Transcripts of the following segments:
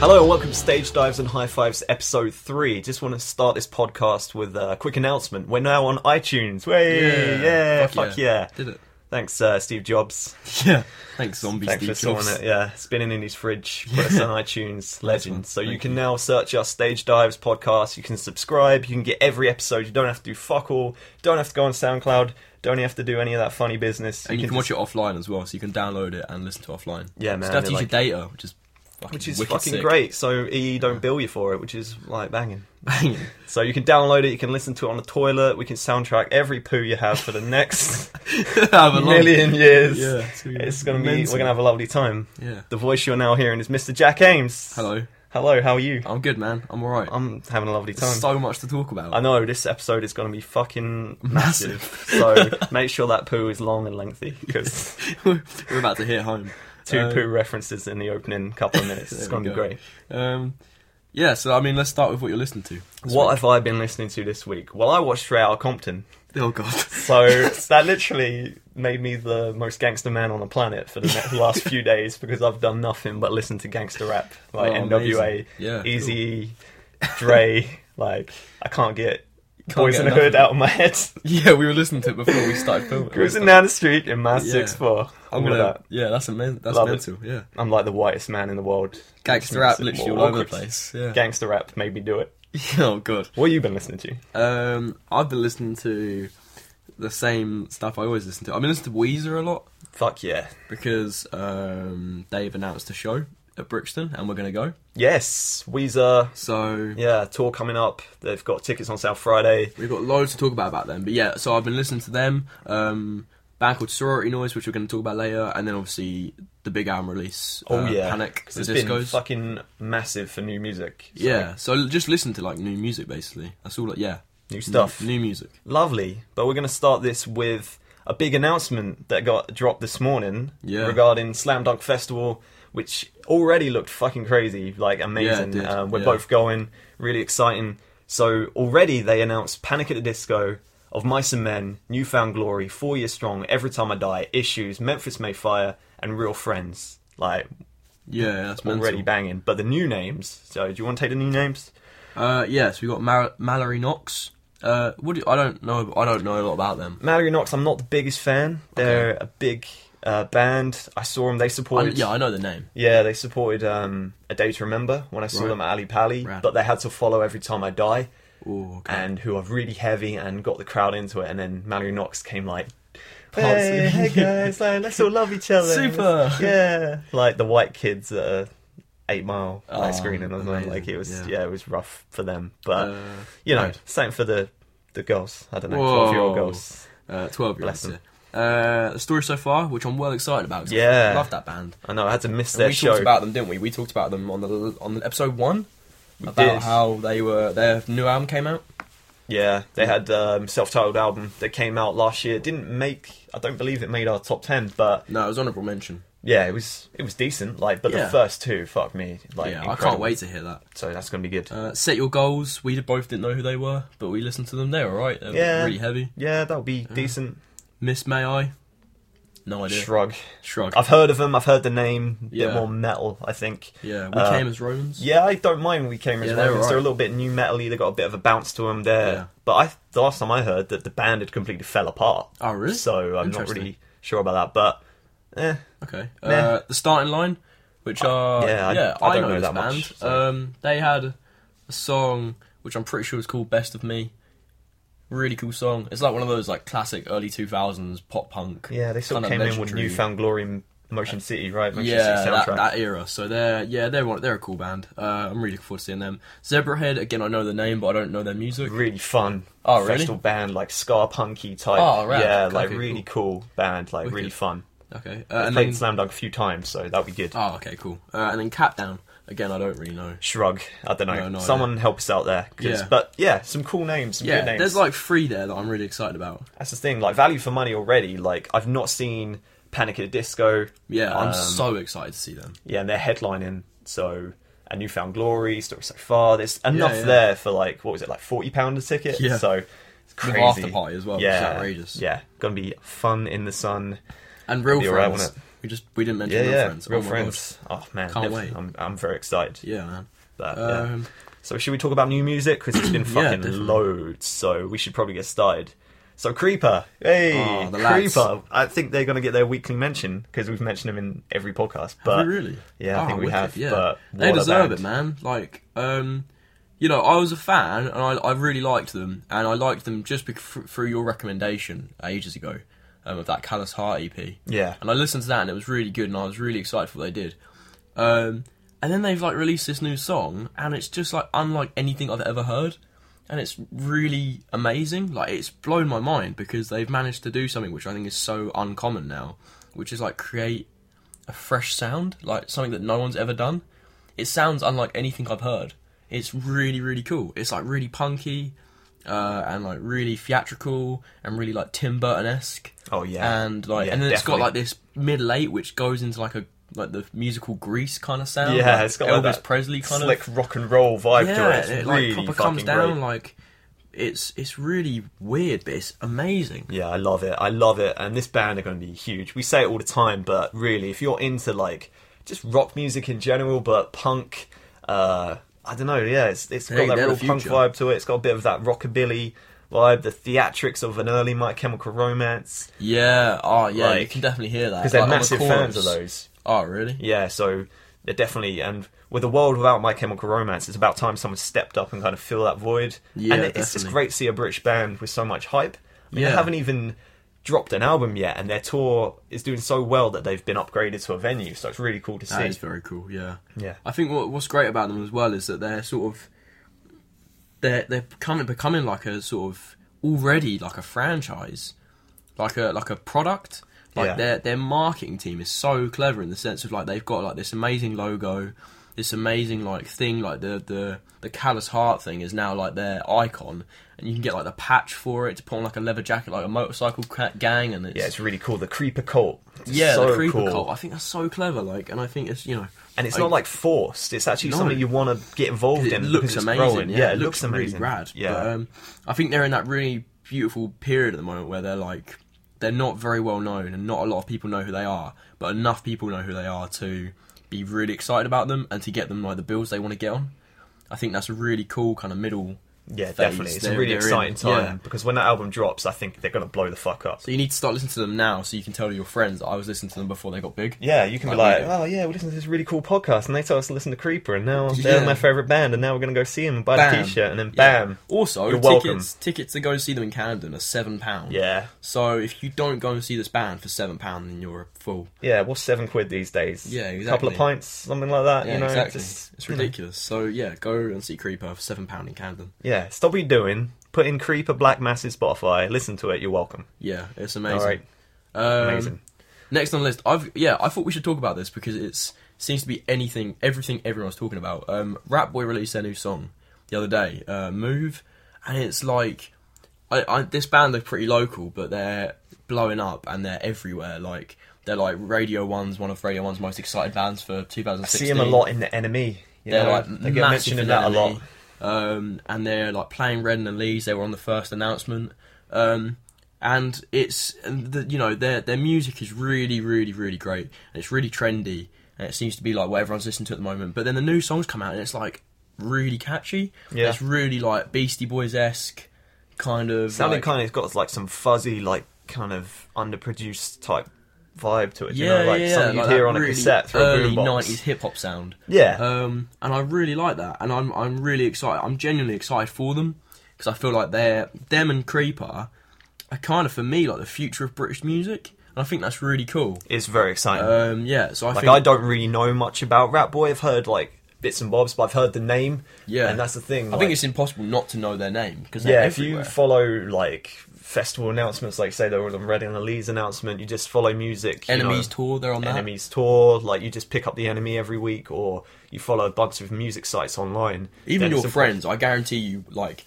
Hello and welcome to Stage Dives and High Fives episode 3. Just want to start this podcast with a quick announcement. We're now on iTunes. Way, yeah, fuck, yeah. Did it. Thanks, uh, Steve Jobs. Yeah. Thanks, zombie Thanks for Steve sorting Jobs. it. Yeah, it's been in his fridge. Put us on iTunes. Legend. So you Thank can now search our Stage Dives podcast. You can subscribe. You can get every episode. You don't have to do fuck all. Don't have to go on SoundCloud. Don't have to do any of that funny business. And you can just- watch it offline as well, so you can download it and listen to offline. Yeah, man, So that's they're use your like- data, which is fucking which is wicked fucking sick. great. So EE don't bill you for it, which is like banging. Bang. So you can download it, you can listen to it on the toilet, we can soundtrack every poo you have for the next have a long- million years. Yeah, it's gonna be It's gonna be mental. we're gonna have a lovely time. Yeah. The voice you're now hearing is Mr. Jack Ames. Hello. Hello, how are you? I'm good, man. I'm alright. I'm having a lovely time. There's so much to talk about. I know this episode is gonna be fucking massive. Massive. so make sure that poo is long and lengthy because We're about to hit home. two Uh, poo references in the opening couple of minutes. it's there gonna we be go. great. Um, yeah, so I mean, let's start with what you're listening to. this What week. have I been listening to this week? Well I watched Straight Outta Compton. Oh, God. So that literally made me the most gangster man on the planet for the next, last few days because I've done nothing but listen to gangster rap, like Oh, NWA, amazing. Yeah, Easy, Dre. Like I can't get Can't boys get in the enough hood of it. out of my head. Yeah, we were listening to it before we started filming. Cruising down the street in my six four. I'm gonna. Yeah, that's, amen- that's Love it. mental. Yeah. I'm like the whitest man in the world. Gangster rap It's literally more all over the awkward. place. Yeah. Gangster rap made me do it. oh god. What have you been listening to? Um, I've been listening to the same stuff I always listen to. I've been listening to Weezer a lot Fuck yeah. because um, they've announced a show at Brixton and we're gonna go. Yes, Weezer. So Yeah, tour coming up. They've got tickets on sale Friday. we've got loads to talk about about them. But yeah, so I've been listening to them. Um, band called Sorority Noise, which we're going to talk about later, and then obviously the big album release. Oh uh, yeah, Panic, the It's been Discos. fucking massive for new music. So, yeah, so l- just listen to like new music basically. That's all. Like, yeah, new stuff. N- new music. Lovely. But we're gonna start this with a big announcement that got dropped this morning Yeah. regarding Slam Dunk Festival, which already looked fucking crazy, like amazing. did, Uh, we're yeah. both going, really exciting. So already they announced Panic at the Disco. Of Mice and Men, Newfound Glory, Four Years Strong, Every Time I Die, Issues, Memphis May Fire, and Real Friends. Like, Yeah, that's mental. already banging. But the new names, so do you want to take the new names? Uh, yes, we got Mar- Mallory Knox. Uh, what do I don't know. I don't know a lot about them. Mallory Knox, I'm not the biggest fan. They're a big uh, band. I saw them. They I, supported. yeah, I know the name. Yeah, they supported um, A Day to Remember when I saw Right. them at Ali Pali, Rad. but they had to follow Every Time I Die, Oh, okay. and who are really heavy and got the crowd into it. And then Mallory Knox came like, Dancing. hey, hey guys, like, let's all love each other. Super. Yeah. Like the white kids at uh, Eight Mile Oh, like, screening as well. amazing. Like it was, yeah. Yeah. it was rough for them. But, Uh, you know, right. same for the, the girls. I don't know, Whoa. 12 year old girls. uh, Twelve year Bless olds. Uh, the story so far, which I'm well excited about. 'cause I Yeah. love that band. I know, I had to miss And their we show. talked about them, didn't we? We talked about them on the on episode one about did. how they were their new album came out. Yeah, they had um, self-titled album that came out last year. Didn't make, I don't believe it made our top ten, but No, it was honourable mention. yeah, it was it was decent. Like, but the Yeah. first two, fuck me, like yeah, I incredible. can't wait to hear that. So that's gonna be good. Uh, Set your goals. We both didn't know who they were, but we listened to them. They were alright. They were Yeah. really heavy. yeah, that'll be decent. Miss May I? No idea. Shrug. Shrug. I've heard of them. I've heard the name. They're Yeah. more metal, I think. yeah, we Uh, came as Romans. Yeah, I don't mind. We came as Yeah, yeah, they're they're, alright. a little bit new metally. They got a bit of a bounce to them there. Yeah. But I, the last time I heard that the band had completely fell apart. Oh, really? So I'm not Interesting. really sure about that. But eh, Okay. Meh. Uh, Uh, the starting line, which are yeah, yeah, I- I, I don't know, know this that band. much, so- Um, they had a song which I'm pretty sure was called "Best of Me." Really cool song. It's like one of those like classic early 2000s pop punk. Yeah, they sort of kinda came in with legendary- Newfound Glory and Motion City, right? Motion Yeah, City that, soundtrack. that era. So they're yeah they're one, they're a cool band. Uh, I'm really looking forward to seeing them. Zebrahead again. I know the name, but I don't know their music. Really fun. Oh, really? Festival band, like ska punky type. Oh, rad. Yeah, Okay, like cool. really cool. band, like Wicked. really fun. Okay. I Uh, and played then Slam Dunk a few times, so that'll be good. oh okay cool. Uh, and then Capdown again. I don't really know. Shrug. I don't know. No, no idea. Someone help us out there. 'cause- Yeah. But yeah, some cool names. Some Yeah, good names. there's like three there that I'm really excited about. That's the thing. Like value for money already. Like I've not seen Panic at the Disco. Yeah, I'm Um, so excited to see them. yeah, and they're headlining. So a newfound glory story so far. There's enough yeah. there for like what was it like forty pound a ticket. Yeah. So it's With crazy. after party as well, which is outrageous. Yeah, gonna be fun in the sun. and real Be friends. alright, wouldn't it? We just we didn't mention Yeah, real yeah, friends. real oh my friends. Oh man, Can't if- wait. I'm, I'm very excited. God. Yeah, man. But, yeah. Um, So should we talk about new music? Because it's been Yeah, fucking definitely. loads. So we should probably get started. So Creeper, hey Oh, the lads. Creeper. I think they're gonna get their weekly mention because we've mentioned them in every podcast. But have we really? yeah, I Oh, think we wicked, have, Yeah. but they what a deserve band. it, man. Like, um, you know, I was a fan, and I, I really liked them, and I liked them just bec- fr- through your recommendation ages ago um, of that Callous Heart EP. yeah, and I listened to that and it was really good and I was really excited for what they did. Um, and then they've like released this new song and it's just like unlike anything I've ever heard and it's really amazing. Like it's blown my mind because they've managed to do something which I think is so uncommon now, which is like create a fresh sound, like something that no one's ever done. It sounds unlike anything I've heard. It's really really cool. It's like really punky uh, and like really theatrical and really like Tim Burton esque oh yeah, and like Yeah, and then it's got definitely. like this middle eight which goes into like a like the musical Grease kind of sound. yeah, like it's got Elvis like that Presley kind slick of rock and roll vibe yeah. to it. It's it really like proper fucking comes down great. like it's it's really weird, but it's amazing. Yeah, I love it. I love it. And this band are going to be huge. We say it all the time, but really, if you're into like just rock music in general, but punk, uh, I don't know. Yeah, it's it's Hey, got that they're real the punk future. vibe to it. It's got a bit of that rockabilly vibe, the theatrics of an early My Chemical Romance. Yeah, oh yeah, you Like- can definitely hear that Because they're Like, on the massive chorus. fans of those. Oh really? Yeah, so they're definitely and with a world without My Chemical Romance, it's about time someone stepped up and kind of fill that void. Yeah, and it- it's just definitely. great to see a British band with so much hype. I mean, they Yeah. haven't even dropped an album yet, and their tour is doing so well that they've been upgraded to a venue. So it's really cool to see. That is very cool. Yeah. Yeah. I think what, what's great about them as well is that they're sort of they're they're becoming becoming like a sort of already like a franchise, like a like a product. Like Yeah. their their marketing team is so clever in the sense of like they've got like this amazing logo, this amazing like thing like the the the callous heart thing is now like their icon, and you can get like the patch for it to put on like a leather jacket like a motorcycle ca- gang, and it's yeah, it's really cool. The Creeper Cult. It's yeah so the creeper cool. cult. I think that's so clever. Like, and I think it's you know, And it's I- not like forced. It's actually No. something you want to get involved it in. looks because it's amazing. growing. Yeah, it looks, amazing. really rad. Yeah, But, um, I think they're in that really beautiful period at the moment where they're like they're not very well known and not a lot of people know who they are, but enough people know who they are to be really excited about them and to get them like the bills they want to get on. I think that's a really cool kind of middle. yeah, phase definitely. It's a they're- really they're in. exciting time Yeah. because when that album drops, I think they're going to blow the fuck up. So you need to start listening to them now, so you can tell your friends that I was listening to them before they got big. Yeah, you can be Like like, we oh yeah, we listened to this really cool podcast, and they told us to listen to Creeper, and now they're Yeah. my favorite band, and now we're gonna go see them and buy the Bam. T-shirt, and then Yeah. bam, Also, You're tickets welcome. tickets to go see them in Camden are seven pounds. yeah, So if you don't go and see this band for seven pound, then you're a fool. yeah, what's seven quid these days? Yeah, couple exactly. of pints, something like that. Yeah, you know, exactly. just- it's you know. ridiculous. So yeah, go and see Creeper for seven pound in Camden. Yeah, stop what you're doing. Put in Creeper Black Mass in Spotify. Listen to it. You're welcome. Yeah, it's amazing. All right, Um, amazing. Next on the list, I've yeah, I thought we should talk about this because it's seems to be anything, everything everyone's talking about. Um, Rap Boy released their new song the other day, uh, Move, and it's like, I, I, this band are pretty local, but they're blowing up and they're everywhere. Like they're like Radio One's one of Radio One's most excited bands for 2016. See him a lot in the Enemy. You They're know, like they get massive E. mentioned in that a enemy. lot. Um, and they're like playing Redden and Leeds. They were on the first announcement, um, and it's and the, you know their their music is really really really great and it's really trendy and it seems to be like what everyone's listening to at the moment. But then the new songs come out and it's like really catchy. Yeah. it's really like Beastie Boys esque kind of Sounding like- kind of got like some fuzzy, like kind of underproduced type vibe to it. yeah, you know, like yeah, something like you'd hear that on a really cassette through a early boombox. nineties hip hop sound. Yeah. um, and I really like that, and I'm I'm really excited. I'm genuinely excited for them because I feel like they're them and Creeper are kind of for me like the future of British music, and I think that's really cool. It's very exciting. Um, yeah, so I Like think I don't really know much about Rat Boy. I've heard like bits and bobs, but I've heard the name. Yeah. and that's the thing. I like- think it's impossible not to know their name because yeah. yeah, If you follow like festival announcements, like say there was a Red and Lee's announcement, you just follow music. you Enemies know, tour, they're on that. Enemies tour, like you just pick up the enemy every week, or you follow a bunch of music sites online. Even Then your it's impo- friends, I guarantee you, like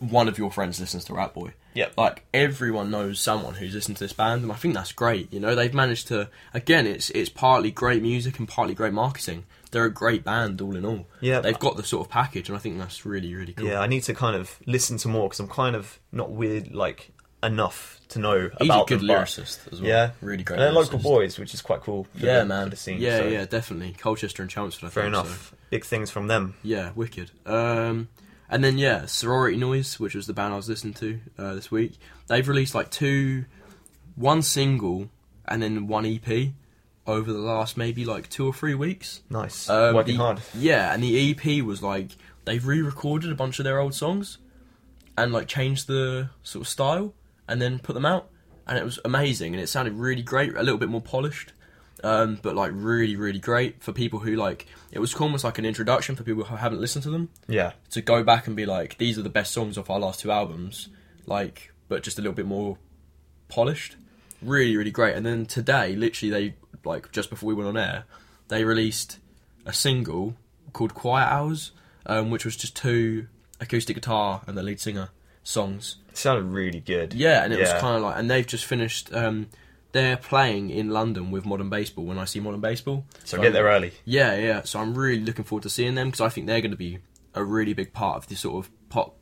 one of your friends listens to Rat Boy. Yep. Like everyone knows someone who's listened to this band, and I think that's great. You know, they've managed to. Again, it's it's partly great music and partly great marketing. They're a great band, all in all. Yeah. They've got the sort of package, and I think that's really really cool. Yeah, I need to kind of listen to more because I'm kind of not weird like enough to know He's about a good them, but- lyricist as well. Yeah, really great. And they're local lyricist. boys, which is quite cool. For Yeah, the, man. For the scene, yeah, so yeah, definitely. Colchester and Chelmsford. I Fair think, enough. Big things from them. Yeah, wicked. Um, and then yeah, Sorority Noise, which was the band I was listening to uh, this week. They've released like two, one single and then one EP over the last maybe like two or three weeks. Nice. Um, Working the- hard. Yeah, and the EP was like they've re-recorded a bunch of their old songs and like changed the sort of style and then put them out, and it was amazing and it sounded really great, a little bit more polished. Um, but like really, really great for people who like it was almost like an introduction for people who haven't listened to them Yeah. to go back and be like, these are the best songs off our last two albums, like, but just a little bit more polished. Really, really great. And then today, literally, they like just before we went on air, they released a single called "Quiet Hours," um, which was just two acoustic guitar and the lead singer songs. It sounded really good. Yeah, and it was Yeah. kind of like, and they've just finished. Um, they're playing in London with Modern Baseball. When I see Modern Baseball, So get there early. yeah, yeah. So I'm really looking forward to seeing them because I think they're going to be a really big part of this sort of pop,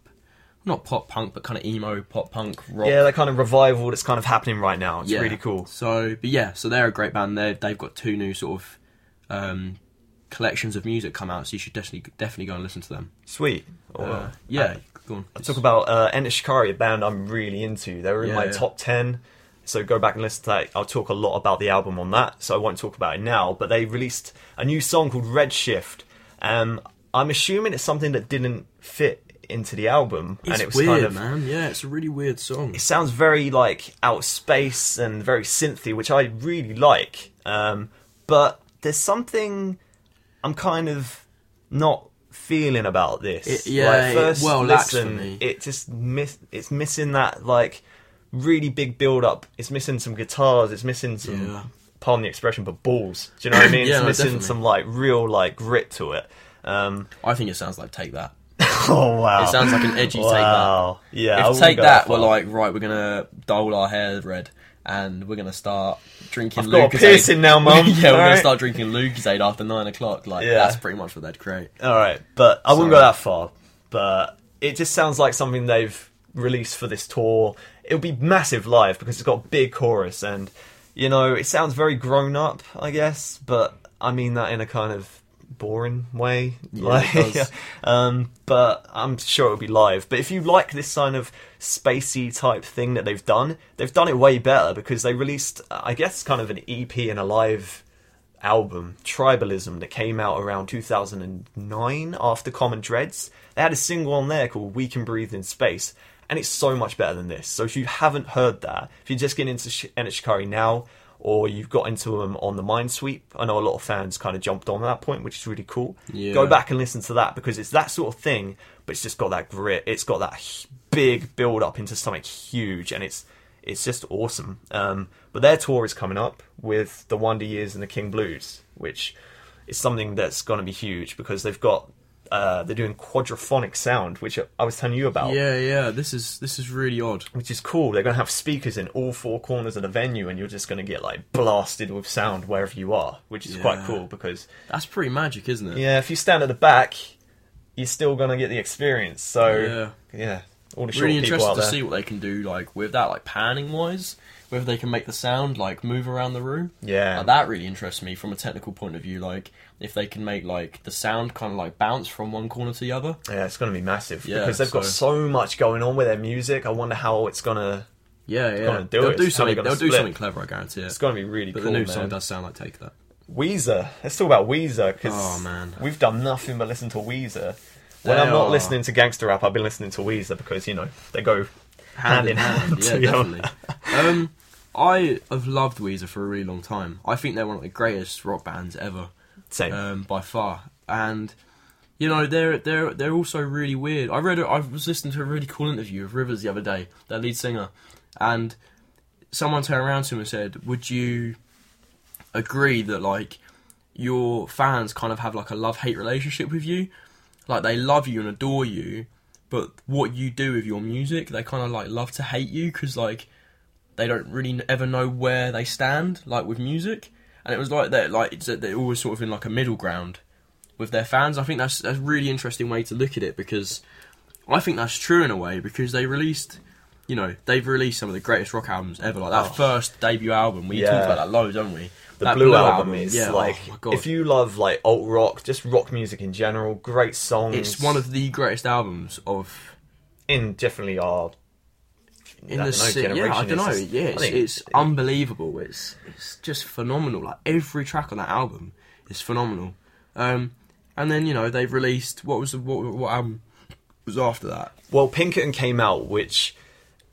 not pop punk, but kind of emo pop punk rock. Yeah, that kind of revival that's kind of happening right now. It's Yeah. really cool. So, but yeah, so they're a great band. They they've got two new sort of um, collections of music come out, so you should definitely definitely go and listen to them. Sweet. Or, Uh, yeah, go on. Oh, I talk about uh, Enter Shikari, a band I'm really into. They were in Yeah, my yeah. top 10, so go back and listen to that. I'll talk a lot about the album on that, so I won't talk about it now. But they released a new song called Redshift. Um, I'm assuming it's something that didn't fit into the album. it's and it was weird, kind of. man. Yeah, it's a really weird song. It sounds very like out of space and very synthy, which I really like. Um, but there's something I'm kind of not feeling about this. It- yeah, like, it first well lacks for listen, me. it just miss. It's missing that like really big build up. It's missing some guitars. It's missing some. Yeah. Pardon the expression, but balls. Do you know what I mean? Yeah, it's no, missing definitely. some like real like grit to it. Um, I think it sounds like Take That. oh wow! It sounds like an edgy Take That. wow. Yeah, I if wouldn't take go that, we're far. like, right, we're gonna dye our hair red and we're gonna start drinking. I've got a Lucozade. piercing now, Mum. yeah, we're Alright. gonna start drinking Lucozade after nine o'clock. Like Yeah. that's pretty much what they'd create. All right, but I wouldn't go Sorry. that far. But it just sounds like something they've released for this tour. It'll be massive live because it's got a big chorus, and you know it sounds very grown up, I guess. But I mean that in a kind of boring way. like, it does. um, but I'm sure it'll be live. But if you like this kind of spacey type thing that they've done, they've done it way better because they released, uh, I guess, kind of an EP and a live album, Tribalism, that came out around 2009 after Common Dreads. They had a single on there called We Can Breathe in Space, and it's so much better than this. So if you haven't heard that, if you're just getting into Sh- Ennett Shikari now, or you've got into them on the Mind Sweep, I know a lot of fans kind of jumped on at that point, which is really cool. Yeah. Go back and listen to that because it's that sort of thing, but it's just got that grit. It's got that h- big build up into something huge, and it's it's just awesome. Um, but their tour is coming up with the Wonder Years and the King Blues, which is something that's going to be huge because they've got uh, they're doing quadraphonic sound, which I was telling you about Yeah, yeah. This is this is really odd. which is cool. They're going to have speakers in all four corners of the venue, and you're just going to get like blasted with sound wherever you are, which is quite Yeah. cool because That's pretty magic, isn't it? yeah, if you stand at the back, you're still going to get the experience. So yeah, all the short Really people interested out to there. see what they can do, like with that, like panning wise, whether they can make the sound like move around the room. Yeah. Like, that really interests me from a technical point of view. Like if they can make like the sound kind of like bounce from one corner to the other. yeah, it's going to be massive Yeah, because they've got so much going on with their music. I wonder how it's going to. Yeah, yeah. gonna do they'll it. do It's how they're something. gonna They'll do split. something clever. I guarantee it. It's going to be really But cool. the new man. song does sound like Take That. Weezer. Let's talk about Weezer because Oh, man. we've done nothing but listen to Weezer. When They I'm not are- listening to gangster rap, I've been listening to Weezer because you know they go hand, in hand. yeah, together. definitely. um, I have loved Weezer for a really long time. I think they're one of the greatest rock bands ever, Same. um, by far. And you know they're they're they're also really weird. I read a, I was listening to a really cool interview of Rivers the other day, their lead singer, and someone turned around to him and said, "Would you agree that like your fans kind of have like a love hate relationship with you? Like they love you and adore you, but what you do with your music, they kind of like love to hate you because like they don't really n- ever know where they stand like with music." And it was like they're like it's- they're always sort of in like a middle ground with their fans. I think that's that's a really interesting way to look at it because I think that's true in a way because they released you know, they've released some of the greatest rock albums ever. Like that Oh. first debut album, we Yeah. talked about that loads, don't we? The That Blue, album, is yeah, like oh my God. if you love like alt rock, just rock music in general, great songs. it's one of the greatest albums of in definitely our in I don't know, the city. generation, Yeah, I don't it's know. just- yeah, I it's, think- it's unbelievable. It's it's just phenomenal. Like every track on that album is phenomenal. Um, and then you know they've released what was the, what what album was after that? Well, Pinkerton came out, which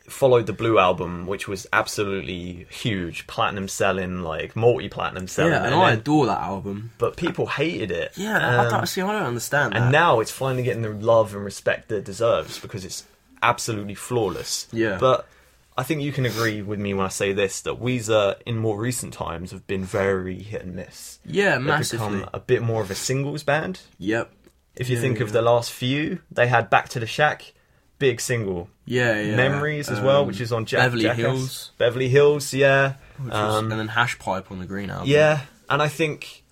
followed the Blue album, which was absolutely huge, platinum selling, like multi-platinum selling. yeah, And and I then- adore that album. but people hated it. Yeah, I Um, don't see. I don't understand that. and now it's finally getting the love and respect that it deserves because it's absolutely flawless. Yeah. But I think you can agree with me when I say this that Weezer in more recent times have been very hit and miss. yeah, They've massively. become a bit more of a singles band. Yep. If you Yeah, think of yeah. the last few, they had Back to the Shack, big single, Yeah, yeah. Memories as well, Um, which is on Jack, Beverly Jackass. Hills, Beverly Hills, yeah, which was- um, and then Hash Pipe on the Green album. yeah. And I think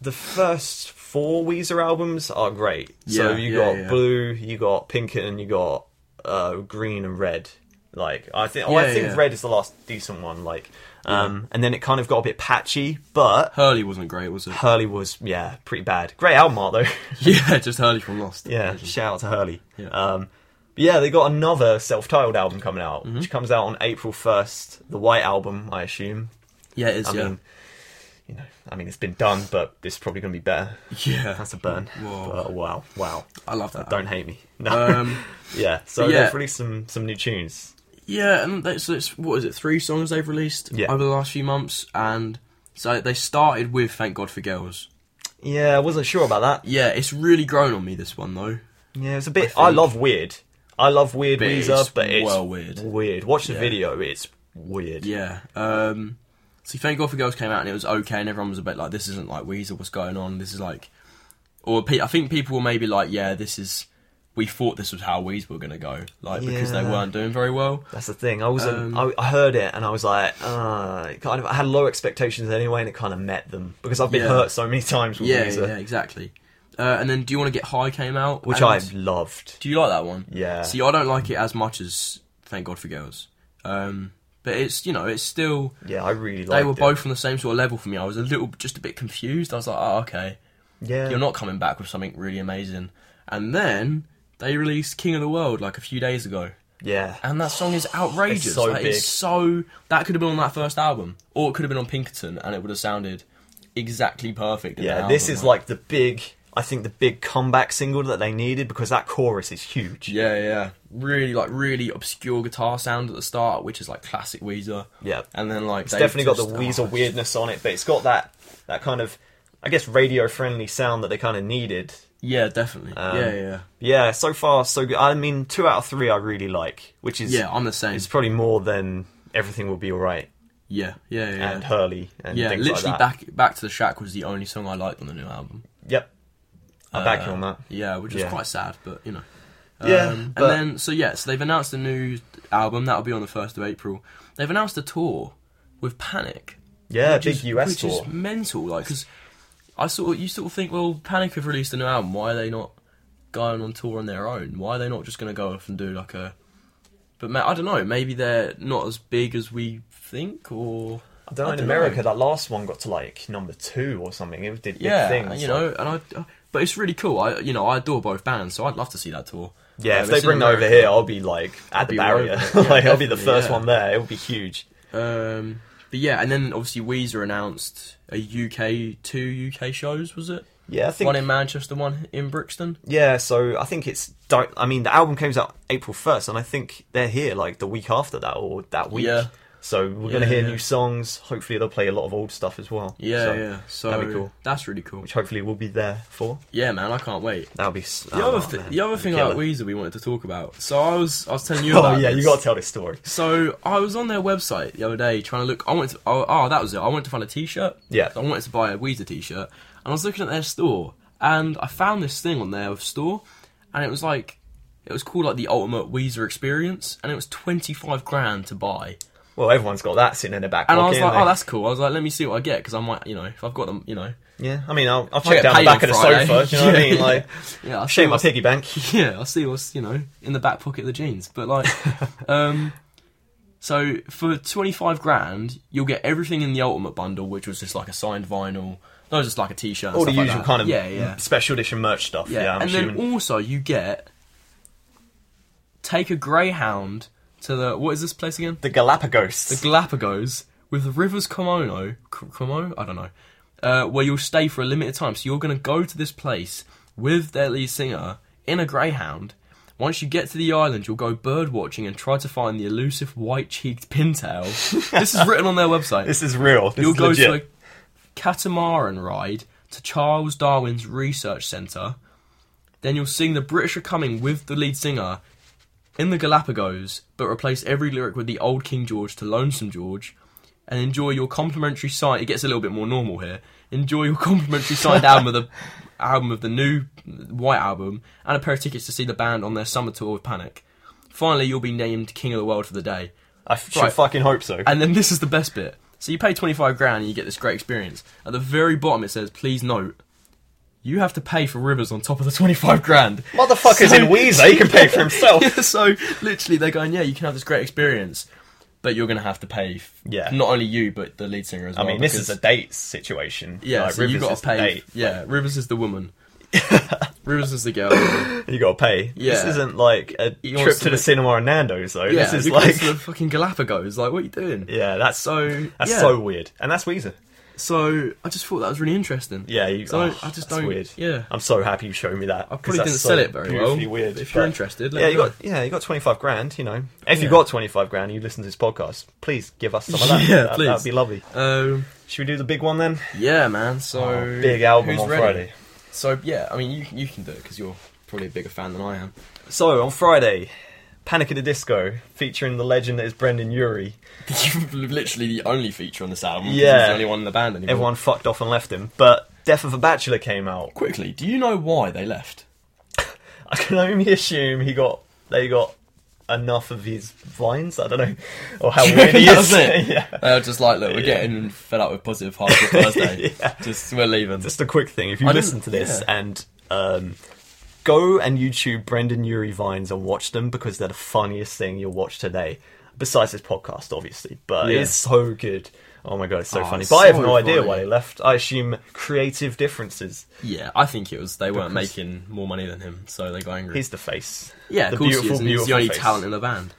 the first four Weezer albums are great. so Yeah, you yeah, got yeah. Blue, you got Pinkerton, you got uh, Green and Red. Like I think, oh, Yeah, I think yeah. Red is the last decent one. Like, um, and then it kind of got a bit patchy, but Hurley wasn't great, was it? Hurley was yeah pretty bad. Great album art though. yeah, just Hurley from Lost. Yeah, shout out to Hurley. Yeah. Um, but yeah, they got another self-titled album coming out, Mm-hmm. which comes out on April first. The White Album, I assume. yeah, it is. I yeah, mean, you know, I mean, it's been done, but this is probably going to be better. yeah. That's a burn. Whoa. But oh, wow, wow. I love that. Don't hate me. No. Um, yeah. So but yeah. they've released some some new tunes. yeah, and that's, that's what is it? Three songs they've released Yeah. over the last few months, and so they started with "Thank God for Girls." Yeah, I wasn't sure about that. Yeah, it's really grown on me this one though. Yeah, it's a bit. I I, think- love weird. I love weird But Weezer, it's but it's well weird. Weird. Watch the Yeah. video. It's weird. Yeah. Um, see, Thank God for Girls came out and it was okay, and everyone was a bit like, "This isn't like Weezer. What's going on? This is like," or pe- I think people were maybe like, "Yeah, this is." We thought this was how Weezer were gonna go, like because they Yeah. weren't doing very well. That's the thing. I Um, wasn't. I, I heard it and I was like, uh, it kind of. I had low expectations anyway, and it kind of met them because I've been Yeah. hurt so many times with Yeah, Weezer, yeah, exactly. Uh, and then, do you want to get high? Came out, which and- I've loved. Do you like that one? Yeah. See, I don't like it as much as Thank God for Girls. Um, but it's you know it's still Yeah, I really liked. they were it. both on the same sort of level for me. I was a little just a bit confused. I was like, oh okay, Yeah, you're not coming back with something really amazing. And then they released King of the World like a few days ago, Yeah, and that song is outrageous. It's so Like, it's big. so that could have been on that first album, or it could have been on Pinkerton, and it would have sounded exactly perfect. in that yeah. album, This is like the big. I think the big comeback single that they needed because that chorus is huge. Yeah, yeah. Really, like, really obscure guitar sound at the start, which is like classic Weezer. Yeah. And then, like, It's definitely got the Weezer weirdness on it, but it's got that that kind of, I guess, radio friendly sound that they kind of needed. Yeah, definitely. Um, yeah, yeah. Yeah, so far so good. I mean, two out of three I really like, which is Yeah, I'm the same. It's probably more than everything will be alright Yeah, yeah, yeah. and Yeah, Hurley and yeah things literally, like that. back back to the shack was the only song I liked on the new album. Yep, I back you Uh, on that. Yeah, which is Yeah. quite sad, but you know. Yeah, Um, but- and then so yeah, so they've announced a new album that'll be on the first of April. They've announced a tour with Panic, Yeah, which big is- US which tour. is mental. Like, because I sort of you sort of think, well, Panic have released a new album. Why are they not going on tour on their own? Why are they not just going to go off and do like a? But ma- I don't know. Maybe they're not as big as we think, or I don't know, I in don't America know. that last one got to like number two or something. It did big yeah, things. you like- know. And I, but it's really cool. I you know I adore both bands, so I'd love to see that tour. yeah, Um, if they it's in bring that over America. here, I'll be like at the be barrier. all over it. Yeah, like I'll be the definitely, first yeah. one there. It'll be huge. Um, but yeah, and then obviously Weezer announced a UK two UK shows. Was it Yeah, I think. one in Manchester, one in Brixton? yeah, so I think it's. Di- I mean, the album comes out April first, and I think they're here like the week after that or that week. Yeah. So we're gonna Yeah, hear yeah. new songs. Hopefully, they'll play a lot of old stuff as well. Yeah, so, yeah. So that'd be cool. that's really cool. Which hopefully we'll be there for. Yeah, man, I can't wait. That'll be s- The oh, other th- man, the other it'd thing be killer. about Weezer we wanted to talk about. So I was I was telling you Oh about. yeah, this. you gotta tell this story. So I was on their website the other day trying to look. I went to oh, oh that was it. I went to find a t-shirt. Yeah. So I wanted to buy a Weezer t-shirt, and I was looking at their store, and I found this thing on their store, and it was like, it was called like the ultimate Weezer experience, and it was twenty five grand to buy. Well, everyone's got that sitting in their back And pocket. I was like, haven't oh, they? that's cool. I was like, let me see what I get because I might, you know, if I've got them, you know. Yeah, I mean, I'll, I'll I'll check get down the paid back on of the Friday. sofa. Do you know what I Yeah, mean? Like, Yeah, I'll shame my what's- piggy bank. Yeah, I'll see what's you know in the back pocket of the jeans. But like, um, so for twenty five grand, you'll get everything in the ultimate bundle, which was just like a signed vinyl. That was just like a t-shirt. and All the stuff like usual that. kind of yeah, yeah, special edition merch stuff. Yeah, yeah. I'm and assuming. then also you get take a greyhound to the what is this place again? the Galapagos. The Galapagos with the Rivers Komono, K- Komo, I don't know, uh, where you'll stay for a limited time. So you're going to go to this place with their lead singer in a greyhound. Once you get to the island, you'll go bird watching and try to find the elusive white-cheeked pintail. this is written on their website. this is real. This You'll is go legit. to a catamaran ride to Charles Darwin's Research Centre. Then you'll sing The British Are Coming with the lead singer in the Galapagos, but replace every lyric with the old King George to Lonesome George. And enjoy your complimentary sign. It gets a little bit more normal here. Enjoy your complimentary signed album of the album of the new White Album and a pair of tickets to see the band on their summer tour with Panic. Finally, you'll be named King of the World for the day. I f- should Right. fucking hope so. And then this is the best bit. So you pay 25 grand and you get this great experience. At the very bottom it says, please note, you have to pay for Rivers on top of the 25 grand. Motherfucker's So- in Weezer. He can pay for himself. Yeah, so literally they're going, yeah, you can have this great experience, but you're going to have to pay f- Yeah. not only you, but the lead singer as I well. mean, this is a because- date situation. Yeah, like, so Rivers you've got is to the pay. date. Yeah, Rivers is the woman. Rivers is the girl. You got to pay. This Yeah. isn't like a He trip wants to to the make- cinema and Nando's though. Yeah, this is you go to like, the fucking Galapagos. Like, what are you doing? yeah, that's So that's yeah. so weird, and that's Weezer. So I just thought that was really interesting. Yeah, you, So oh, I just that's don't- Weird. yeah. I'm so happy you showed me that. I 'cause probably that's didn't so sell it very well. beautifully Weird, but if you're but- interested, let Yeah, me you know. got yeah, you got twenty five grand. You know, if you Yeah. got twenty five grand and you listen to this podcast, please give us some of that. Yeah, that, please. That'd be lovely. Um, Should we do the big one then? yeah, man. So Oh, Big album who's on ready? Friday. So yeah, I mean, you you can do it because you're probably a bigger fan than I am. So on Friday, Panic at the Disco featuring the legend that is Brendan Urie. You're literally the only feature on this album. 'cause Yeah. he's the only one in the band anymore. Everyone fucked off and left him, but Death of a Bachelor came out. quickly. Do you know why they left? I can only assume he got they got enough of his vines. I don't know, or how weird he That is. was it. yeah. They were just like, look, we're getting fed up with positive hardcore Thursday. Just we're leaving. Just a quick thing: if you I listen didn't- to this yeah. and um, go and YouTube Brendan Urie vines and watch them because they're the funniest thing you'll watch today. Besides this podcast, obviously, but Yeah. it's so good. Oh my god, it's so Oh, funny. it's But I have so no idea funny. why they left. I assume creative differences. yeah, I think it was they weren't Because- making more money than him, so they got angry. He's the face. yeah, the of course he beautiful, is, and he's the beautiful only face. talent in the band,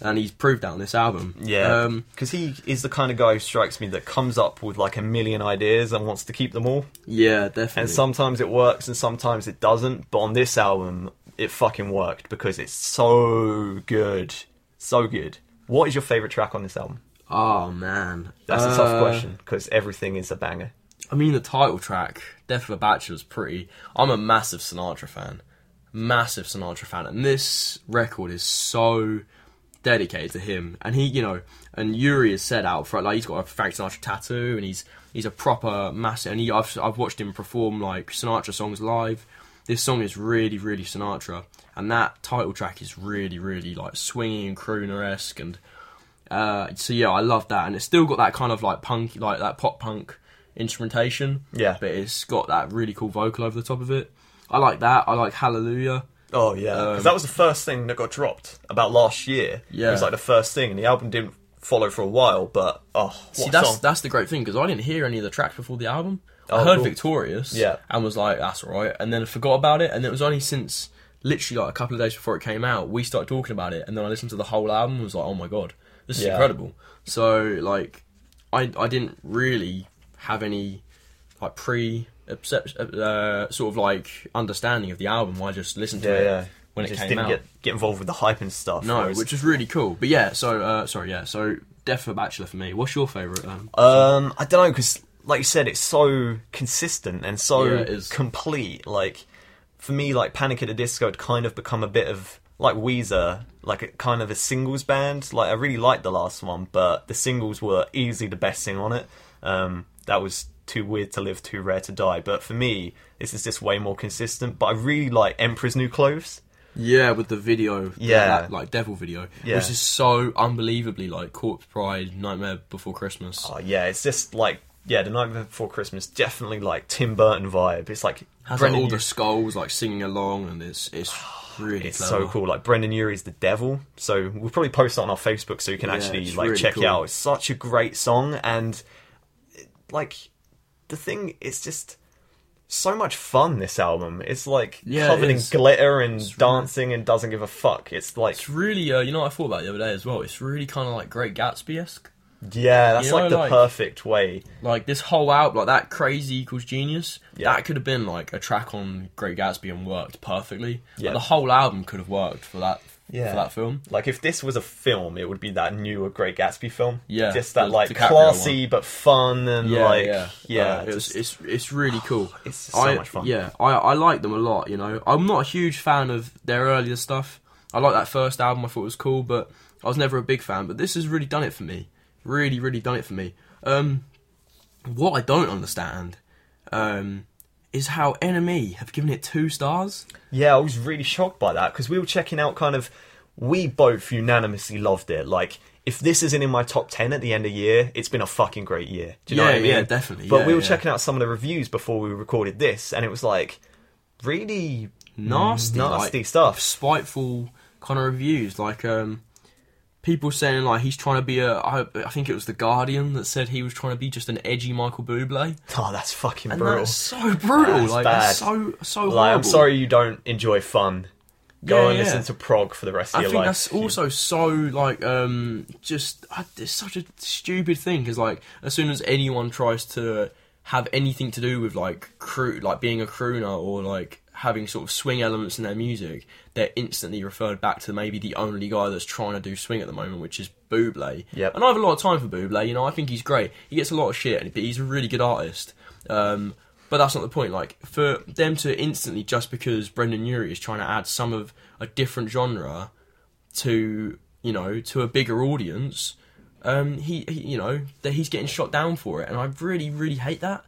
and he's proved that on this album. Yeah, Um, because he is the kind of guy who strikes me that comes up with like a million ideas and wants to keep them all. yeah, definitely. And sometimes it works and sometimes it doesn't. But on this album, it fucking worked because it's so good, so good. What is your favorite track on this album? Oh man, That's a tough Uh, question because everything is a banger. I mean, the title track "Death of a Bachelor" is pretty. I'm a massive Sinatra fan, massive Sinatra fan, and this record is so dedicated to him. And he, you know, and Yuri has said out front, like he's got a Frank Sinatra tattoo, and he's he's a proper massive. And he, I've I've watched him perform like Sinatra songs live. This song is really, really Sinatra, and that title track is really, really like swinging and crooner esque and uh, so yeah, I love that, and it's still got that kind of like punk, like that pop punk instrumentation. Yeah. but it's got that really cool vocal over the top of it. I like that. I like Hallelujah. Oh yeah, 'cause Um, that was the first thing that got dropped about last year. it Yeah. was like the first thing, and the album didn't follow for a while. But oh, what See, that's song? that's the great thing because I didn't hear any of the tracks before the album. Oh, I heard cool. Victorious, Yeah. and was like, that's alright, and then I forgot about it, and it was only since literally like a couple of days before it came out we started talking about it, and then I listened to the whole album and was like, oh my god, this is Yeah. incredible. So like, I I didn't really have any like pre uh, sort of like understanding of the album. I just listened to yeah, it yeah. when it just came didn't out. get get involved with the hype and stuff. no, whereas- which is really cool. But yeah, so uh, sorry, yeah, so Death of a Bachelor for me. What's your favorite? Um, Um, I don't know because, like you said, it's so consistent and so Yeah, it is. complete. Like for me, like Panic at the Disco had kind of become a bit of like Weezer, like a kind of a singles band. Like I really liked the last one, but the singles were easily the best thing on it. Um, that was too weird to live, too rare to die. But for me, this is just way more consistent. But I really like Emperor's New Clothes. Yeah, with the video, Yeah. yeah, that, like devil video, Yeah. which is so unbelievably like Corpse Bride, Nightmare Before Christmas. Oh yeah, it's just like yeah, the night before Christmas definitely like Tim Burton vibe. It's like Has like, Brendan all the Uri- skulls like singing along, and it's it's really it's clever. so cool. Like Brendan Urie's the devil. So we'll probably post it on our Facebook so you can Yeah, actually it's like really check it cool. out. It's such a great song and like the thing it's just so much fun this album. It's like Yeah, it covered in is. glitter and dancing and doesn't give a fuck. It's like It's really, uh, you know, what I thought about it the other day as well. It's really kind of like Great Gatsby esque. yeah, that's You know, like the like- perfect way. Like this whole album, like that crazy equals genius. Yeah. That could have been like a track on Great Gatsby and worked perfectly. Yeah. Like, the whole album could have worked for that. Yeah. For that film. Like if this was a film, it would be that newer Great Gatsby film. Yeah, just that the like DiCaprio classy but fun and like yeah, Uh, it was, just- it's it's really cool. It's so I- much fun. Yeah, I I like them a lot. You know, I'm not a huge fan of their earlier stuff. I like that first album. I thought it was cool, but I was never a big fan. But this has really done it for me. Really, really done it for me. Um, what I don't understand, um, is how Enemy have given it two stars. Yeah, I was really shocked by that because we were checking out kind of. We both unanimously loved it. Like, if this isn't in my top 10 at the end of the year, it's been a fucking great year. Do you know Yeah, what I mean? yeah, definitely, But yeah, we were yeah. checking out some of the reviews before we recorded this, and it was like, really Nasty, nasty like, stuff. spiteful kind of reviews, like um, people saying like he's trying to be a. I, I think it was the Guardian that said he was trying to be just an edgy Michael Bublé, Oh, that's fucking and brutal. that's so brutal. That's like bad. that's so so horrible. like, I'm sorry you don't enjoy fun. Go Yeah, and yeah. listen to prog for the rest of I your think life. that's also so like um just I, it's such a stupid thing because like as soon as anyone tries to have anything to do with like crew like being a crooner or like having sort of swing elements in their music, they're instantly referred back to maybe the only guy that's trying to do swing at the moment, which is Buble. Yep. And I have a lot of time for Buble. You know, I think he's great. He gets a lot of shit, but he's a really good artist. Um, but that's not the point. Like for them to instantly just because Brendan Urie is trying to add some of a different genre to you know to a bigger audience, um, he, he you know that he's getting shot down for it, and I really really hate that.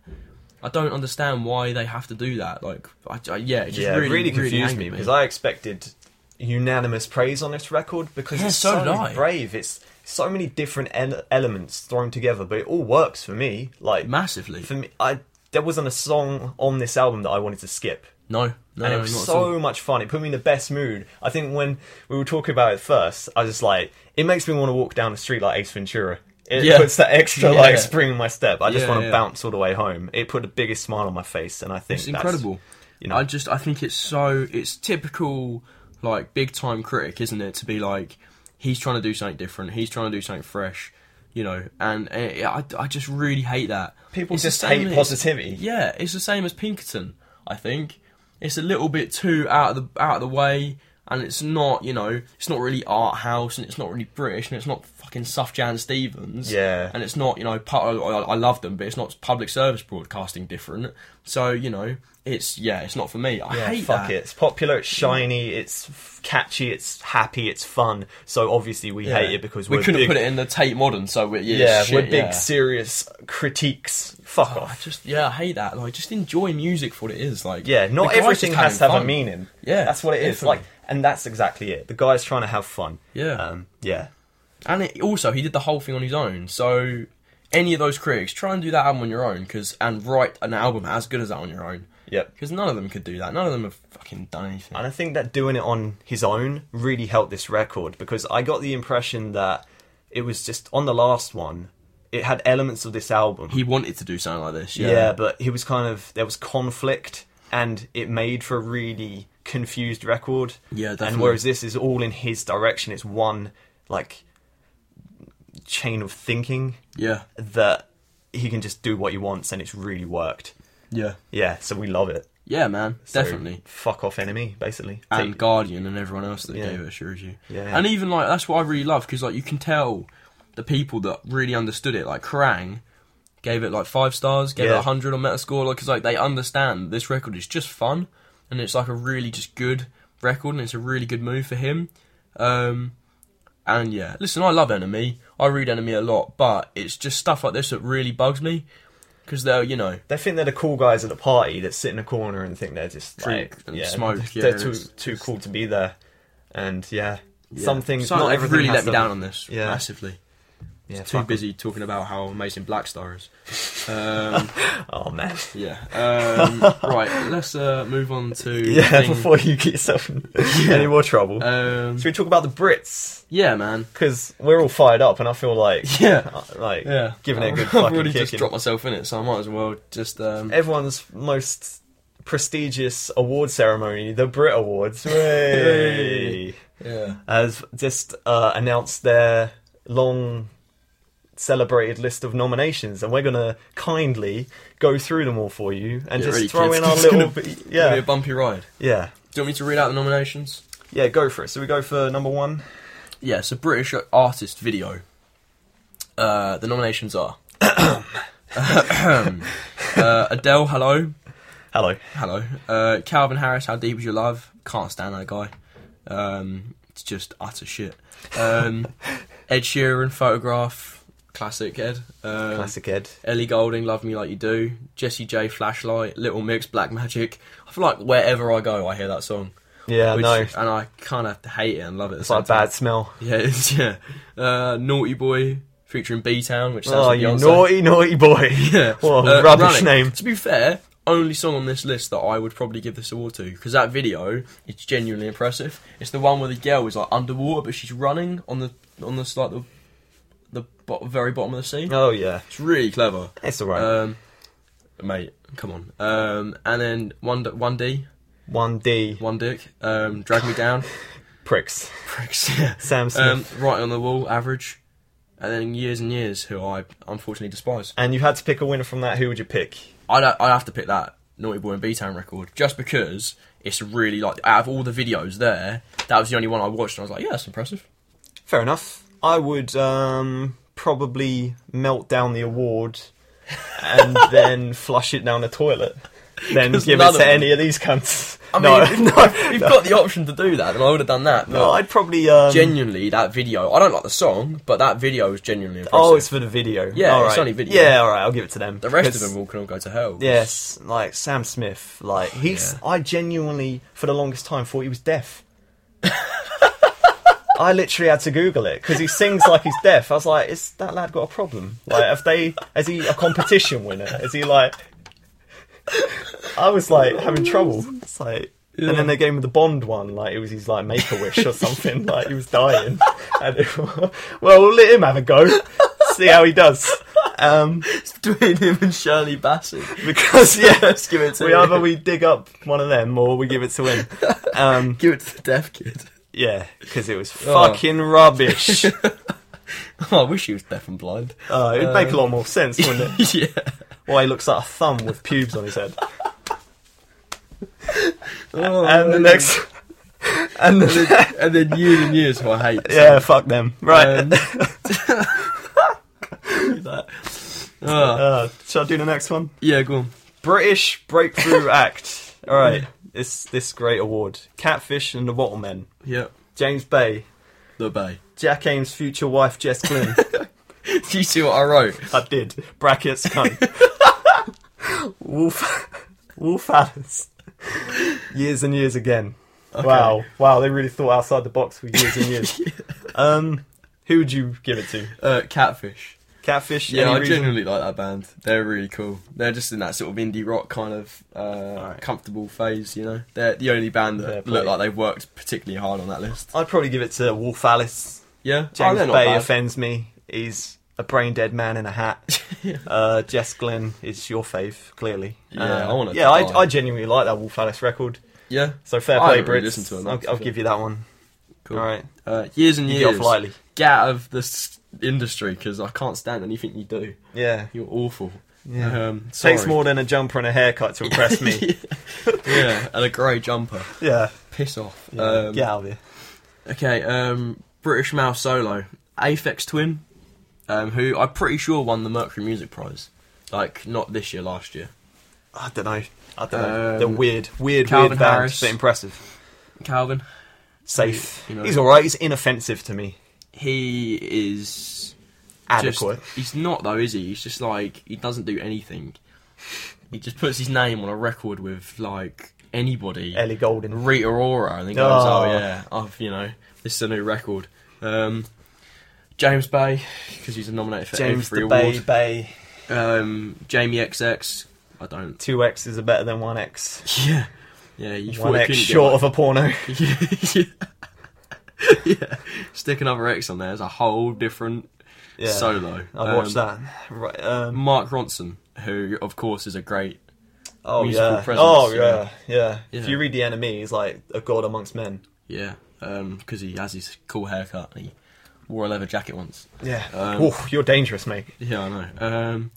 I don't understand why they have to do that. Like, I, I- yeah, it just yeah, really, it really confused angered me because I expected unanimous praise on this record because Yeah, it's so so, did I. brave. It's so many different ele- elements thrown together, but it all works for me. Like massively. for me, I there wasn't a song on this album that I wanted to skip, No, no, and it not was at all. so much fun. It put me in the best mood. I think when we were talking about it first, I was just like, it makes me want to walk down the street like Ace Ventura. It Yeah. puts that extra like Yeah. spring in my step. I just Yeah, want to yeah. bounce all the way home. It put the biggest smile on my face, and I think It's that's- incredible. you know. I just I think it's so it's typical like big time critic, isn't it? To be like he's trying to do something different, he's trying to do something fresh, you know. And eh, I I just really hate that. People the just same hate as- positivity. Yeah, it's the same as Pinkerton. I think it's a little bit too out of the out of the way. And it's not, you know, it's not really art house, and it's not really British, and it's not fucking Sufjan Stevens. Yeah. And it's not, you know, pu- I, I love them, but it's not public service broadcasting different. So, you know, it's, yeah, it's not for me. I Yeah, hate fuck that. it. It's popular. It's shiny. It's f- catchy. It's happy. It's fun. So obviously we Yeah. hate it because we we're couldn't big, put it in the Tate Modern, so we're, yeah, Yeah, shit, we're big yeah. Oh, serious critiques. Fuck I off. just, yeah, I hate that. Like, just enjoy music for what it is. Like, Yeah, the not guy's everything just has to having have a fun. meaning. Yeah, that's what it is. definitely. Like, and that's exactly it. The guy's trying to have fun. Yeah. um, yeah. And it, also, he did the whole thing on his own. So, any of those critics, try and do that album on your own, cause and write an album as good as that on your own. Yep. Because none of them could do that. None of them have fucking done anything. And I think that doing it on his own really helped this record because I got the impression that it was just on the last one. It had elements of this album. He wanted to do something like this. Yeah. but he was kind of there was conflict, and it made for a really confused record. Yeah, And definitely. whereas this is all in his direction, it's one like chain of thinking Yeah. that he can just do what he wants, and it's really worked. Yeah. Yeah, so we love it. Yeah, man, So definitely. fuck off, enemy, basically. And Take- Guardian and everyone else that Yeah. gave it assures you. Yeah, yeah. And even like that's what I really love because like you can tell the people that really understood it. Like Krang gave it like five stars, gave it Yeah. it hundred on Metascore because like they understand this record is just fun and it's like a really just good record and it's a really good move for him. Um, and yeah, listen, I love Enemy. I read Enemy a lot, but it's just stuff like this that really bugs me because they're you know they think they're the cool guys at the party that sit in a corner and think they're just Drink like and yeah, smoke, They're yeah, too it's too cool to be there, and yeah, some things So not they've everything really has let me to- down on this Yeah. massively. Yeah, too fuck 'em. busy talking about how amazing Black Star is. Um, Oh man. yeah. Um, right. Let's uh, move on to Yeah, thing- before you get yourself in any more trouble. Um, Should we talk about the Brits? yeah, man. Because we're all fired up, and I feel like Yeah. uh, like Yeah. giving it a good I've fucking already just kicking. Eh, dropped myself in it, so I might as well just. Um, Everyone's most prestigious award ceremony, the Brit Awards, Yay. Yay. yeah. has just uh, announced their long celebrated list of nominations, and we're gonna kindly go through them all for you and Yeah, just really, throw kids. in our It's little gonna bit. It'll be yeah a bumpy ride. yeah Do you want me to read out the nominations? yeah go for it. So we go for number one. Yeah, it's a British artist video. Uh, the nominations are uh, Adele, hello, Hello. hello. Uh, Calvin Harris, how deep is your love? Can't stand that guy. Um, it's just utter shit. Um, Ed Sheeran, photograph, classic Ed. Um, Classic Ed. Ellie Golding, Love Me Like You Do, Jesse J, Flashlight, Little Mix, Black Magic. I feel like wherever I go, I hear that song. Yeah, which- no, it's And I kind of hate it and love it. at the same like time. bad smell. Yeah, it's- yeah. Uh, Naughty Boy featuring B Town, which sounds Oh, like you Beyonce. naughty, naughty boy. Yeah. What a Uh, rubbish Running. name. To be fair, only song on this list that I would probably give this award to because that video is genuinely impressive. It's the one where the girl is like underwater, but she's running on the on the like the the bo- very bottom of the sea. Oh, yeah. It's really clever. It's alright. Um, mate, come on. Um, and then one D- one D 1D. one Dick, um, drag me down. Pricks. Pricks. Yeah. Sam Smith. Um, right on the wall, average, and then years and years, who I unfortunately despise. and you had to pick a winner from that. Who would you pick? I'd I'd have to pick that Naughty Boy and B Town record just because it's really like out of all the videos there, that was the only one I watched, and I was like, yeah, that's impressive. Fair enough. I would um, probably melt down the award and then flush it down the toilet. Then 'Cause give it none of to them- any of these cunts. I no, mean, no, if you've got the option to do that, then I would have done that. But no, I'd probably. Um, genuinely, that video, I don't like the song, but that video is genuinely impressive. oh, it's for the video. Yeah, all it's right. only video. Yeah, all right. I'll give it to them. the rest of 'Cause- them all can all go to hell. Yes, like Sam Smith. Like he's. Oh, yeah. I genuinely, for the longest time, thought he was deaf. I literally had to Google it because he sings like he's deaf. I was like, "Is that lad got a problem? Like, have they? Is he a competition winner? Is he like?" I was like having trouble. It's like, and Yeah. then they gave him the Bond one. Like it was his like Make a Wish or something. like he was dying. And it, well, we'll let him have a go. See how he does. Um, It's between him and Shirley Bassey. because yeah, Let's give it to we him. either we dig up one of them or we give it to him. Um, Give it to the deaf kid. yeah, because it was fucking rubbish. Uh, Oh, I wish he was deaf and blind. it'd make a lot more sense, wouldn't it? yeah. Why he looks like a thumb with pubes on his head. Oh, And the man. next, and and the, then, and then years and years who I hate. yeah, fuck them. Right. Um, Ah, uh, shall I do the next one? yeah, go on. British breakthrough act. All right, this this great award: Catfish and the Wattlemen. Yep. James Bay, The Bay. Jack Ames' future wife Jess Glynn. Do you see what I wrote? I did. Brackets cunt. Wolf Wolf Alice. Years and years again. Wow. Wow, they really thought outside the box for years and years. Um who would you give it to? Uh, Catfish. Catfish? Yeah, Any I reason? genuinely like that band. They're really cool. They're just in that sort of indie rock kind of uh, Alright. comfortable phase, you know. They're the only band Fair that play. look like they've worked particularly hard on that list. I'd probably give it to Wolf Alice. Yeah, James Oh, they're not Bay bad. offends me. He's a brain dead man in a hat. uh, Jess Glynn is your fave, clearly. Yeah, Uh, I wanna Yeah, I, die. I genuinely like that Wolf Alice record. Yeah, So fair I play, haven't really Brits. listened to it, I'll, that's I'll for give you that one. cool. All right, Uh, years and you years. get off lightly. Get out of this industry because I can't stand anything you do. Yeah, You're awful. Yeah. Um, Takes sorry. more than a jumper and a haircut to impress me. yeah, and a grey jumper. yeah. Piss off. yeah. Um, Get out of here. Okay, um, British Mouse Solo, Aphex Twin, um, who I'm pretty sure won the Mercury Music Prize. Like, not this year, last year. I don't know. I don't know. Um, They're weird, weird, Calvin weird band, Harris. but impressive. Calvin, Safe. You know- He's all right. He's inoffensive to me. he is. just- Adequate. he's not, though, is he? He's just like, he doesn't do anything. He just puts his name on a record with, like, anybody. Ellie Golden. Rita Ora, and then goes, oh, Oh. yeah, I've, you know, this is a new record. Um, James Bay because he's nominated for James every the Bay award. Bay. Um, Jamie XX. I don't. Two X's are better than one X. Yeah, yeah. You thought One you X couldn't get short of a porno. yeah. yeah. Stick another X on there. It's a whole different Yeah, solo. I Um, watched that. Right, um, Mark Ronson, who of course is a great. oh musical yeah. presence, oh yeah. yeah, yeah, Yeah. If you read the enemy, he's like a god amongst men. Yeah, because he has his cool haircut and he wore a leather jacket once. Yeah. Um, Oof, you're dangerous, mate. Yeah, I know. Um,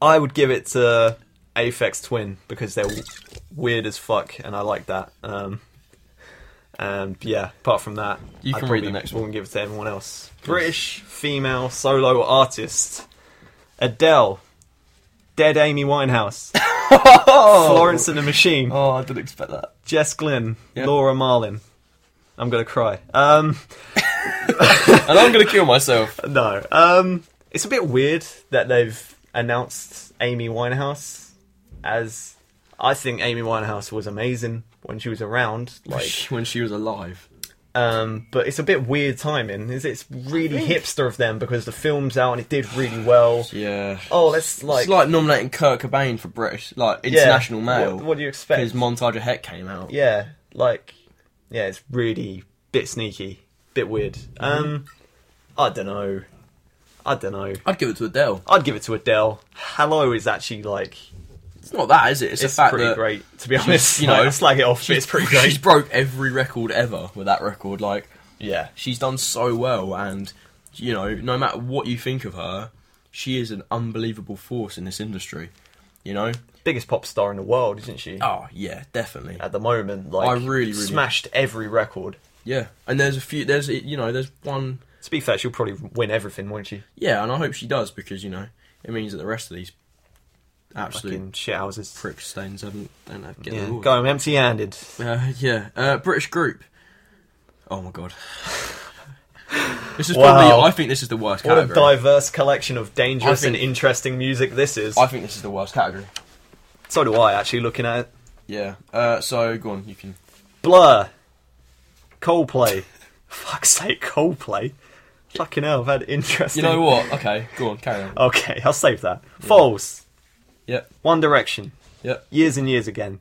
I would give it to Aphex Twin because they're w- weird as fuck, and I like that. Um, and yeah, apart from that, You I can read probably the next wouldn't give it to anyone else. British female solo artist Adele, Dead Amy Winehouse, Florence and the Machine, Oh, I didn't expect that. Jess Glynn, Yeah. Laura Marlin. I'm gonna cry. Um, and I'm gonna kill myself. no, um, it's a bit weird that they've announced Amy Winehouse as. I think Amy Winehouse was amazing when she was around, like, when she was alive. um, but it's a bit weird timing. Is it's really hipster of them because the film's out and it did really well. Yeah. Oh, let's like, it's like nominating Kurt Cobain for British, like international male. What, what do you expect? His montage of Heck came out. yeah, like, yeah, it's really bit sneaky, bit weird. Mm-hmm. Um, I don't know. I don't know. I'd give it to Adele. I'd give it to Adele. Hello is actually like It's not that, is it? It's, it's the fact pretty that great to be honest. you You know, know, like, slag it off, but she's it's pretty great. She's broke every record ever with that record. Like yeah, she's done so well, and you know, no matter what you think of her, she is an unbelievable force in this industry. You know? biggest pop star in the world, isn't she? Oh yeah, definitely. At the moment, like I really, really- smashed every record. Yeah, and there's a few. There's you know, there's one. To be fair, she'll probably win everything, won't she? Yeah, and I hope she does because you know it means that the rest of these absolute Fucking shit houses. prick stains haven't don't have get yeah. the award. Go home empty-handed. Uh, yeah, uh, British group. Oh my god. This is Wow. probably. I think this is the worst What a category. diverse collection of dangerous I think- and interesting music this is. I think this is the worst category. So do I. Actually, looking at it, Yeah. Uh, so go on. You can. Blur, Coldplay. Fuck's sake, Coldplay. Fucking hell, I've had interesting. You know what? Okay. Go on. Carry on. Okay, I'll save that. Falls. Yep. One Direction. Yep. Years and years again.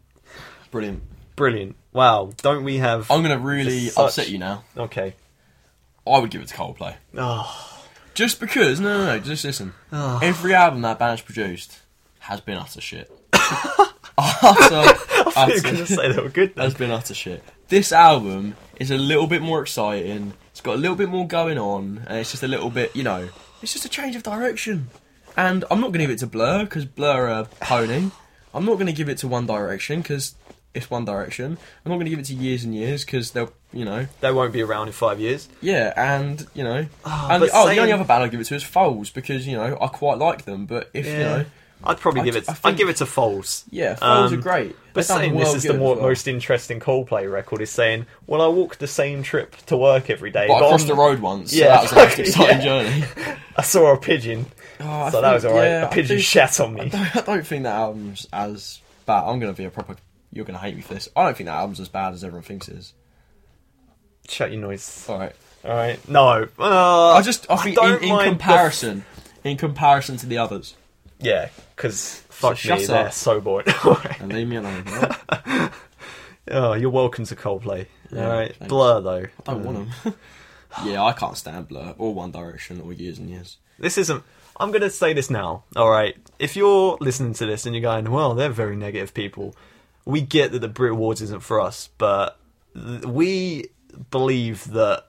Brilliant. Brilliant. Wow. Don't we have? I'm gonna really It's such- upset you now. Okay. I would give it to Coldplay. Oh, Just because. No, no, no. Just listen. Ah. Every album that band's produced has been utter shit. utter, I was going to utter, say they were good. Then. has been utter shit. This album is a little bit more exciting. It's got a little bit more going on, and it's just a little bit, you know, it's just a change of direction. And I'm not going to give it to Blur because Blur are pony. I'm not going to give it to One Direction because it's One Direction. I'm not going to give it to Years and Years because they'll, you know, They won't be around in five years. yeah, and you know, Ah, and but the, oh, saying- the only other band I give it to is Foles because you know I quite like them, but if you know, I'd probably I give d- it. I I'd think- give it to Foles. yeah, Foles Um, are great. But They've done saying well this is the good more, as well. most interesting Coldplay record is saying, "Well, I walk the same trip to work every day, But I but crossed on- the road once, so Yeah, that was the most fucking- exciting yeah. journey. I saw a pigeon, Oh, I so that think- was all right. yeah, a I pigeon think- shat on me. I don't think that album's as bad. I'm gonna be a proper. You're gonna hate me for this. I don't think that album's as bad as everyone thinks it is. Shut your noise. All right. All right, no. Uh, Oh. I just. I think don't in, in mind the- comparison, in comparison to the others, yeah, because fuck shut me, up. they're so boring. All right. and leave me alone. alright? Oh, you're welcome to Coldplay. Yeah, All right, thanks. Blur though. I don't want them. yeah, I can't stand Blur or One Direction or Years and Years. This isn't. I'm going to say this now. All right. If you're listening to this and you're going, well, they're very negative people, we get that the Brit Awards isn't for us, but th- we believe that.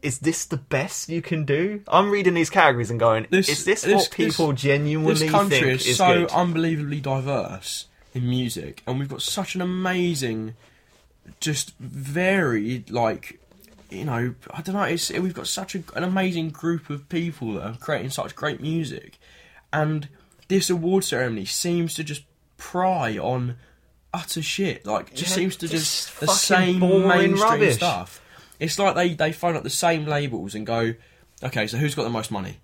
Is this the best you can do? I'm reading these categories and going, This- is this, this- what people genuinely This country think is, so good? unbelievably diverse in music, and we've got such an amazing, just varied, like, you know, I don't know. It's we've got such a, an amazing group of people that are creating such great music, and this award ceremony seems to just pry on utter shit. Like, just Yeah, seems to just just the fucking same boring mainstream rubbish. stuff. It's like they they phone up the same labels and go, okay, so who's got the most money?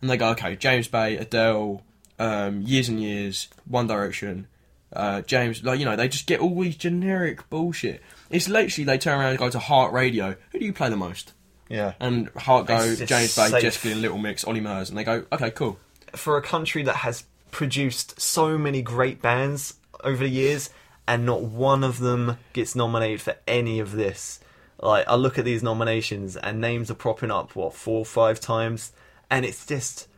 and they go, okay, James Bay, Adele, um, Years and Years, One Direction, uh, James, like you know, they just get all these generic bullshit. It's literally they turn around and go to Heart Radio. Who do you play the most? Yeah. and Heart Go, It's just James Bay, safe. Jessica Lynn, Little Mix, Ollie Murs, and they go, okay, cool. For a country that has produced so many great bands over the years, and not one of them gets nominated for any of this. Like, I look at these nominations, and names are propping up, what, four or five times? And it's just.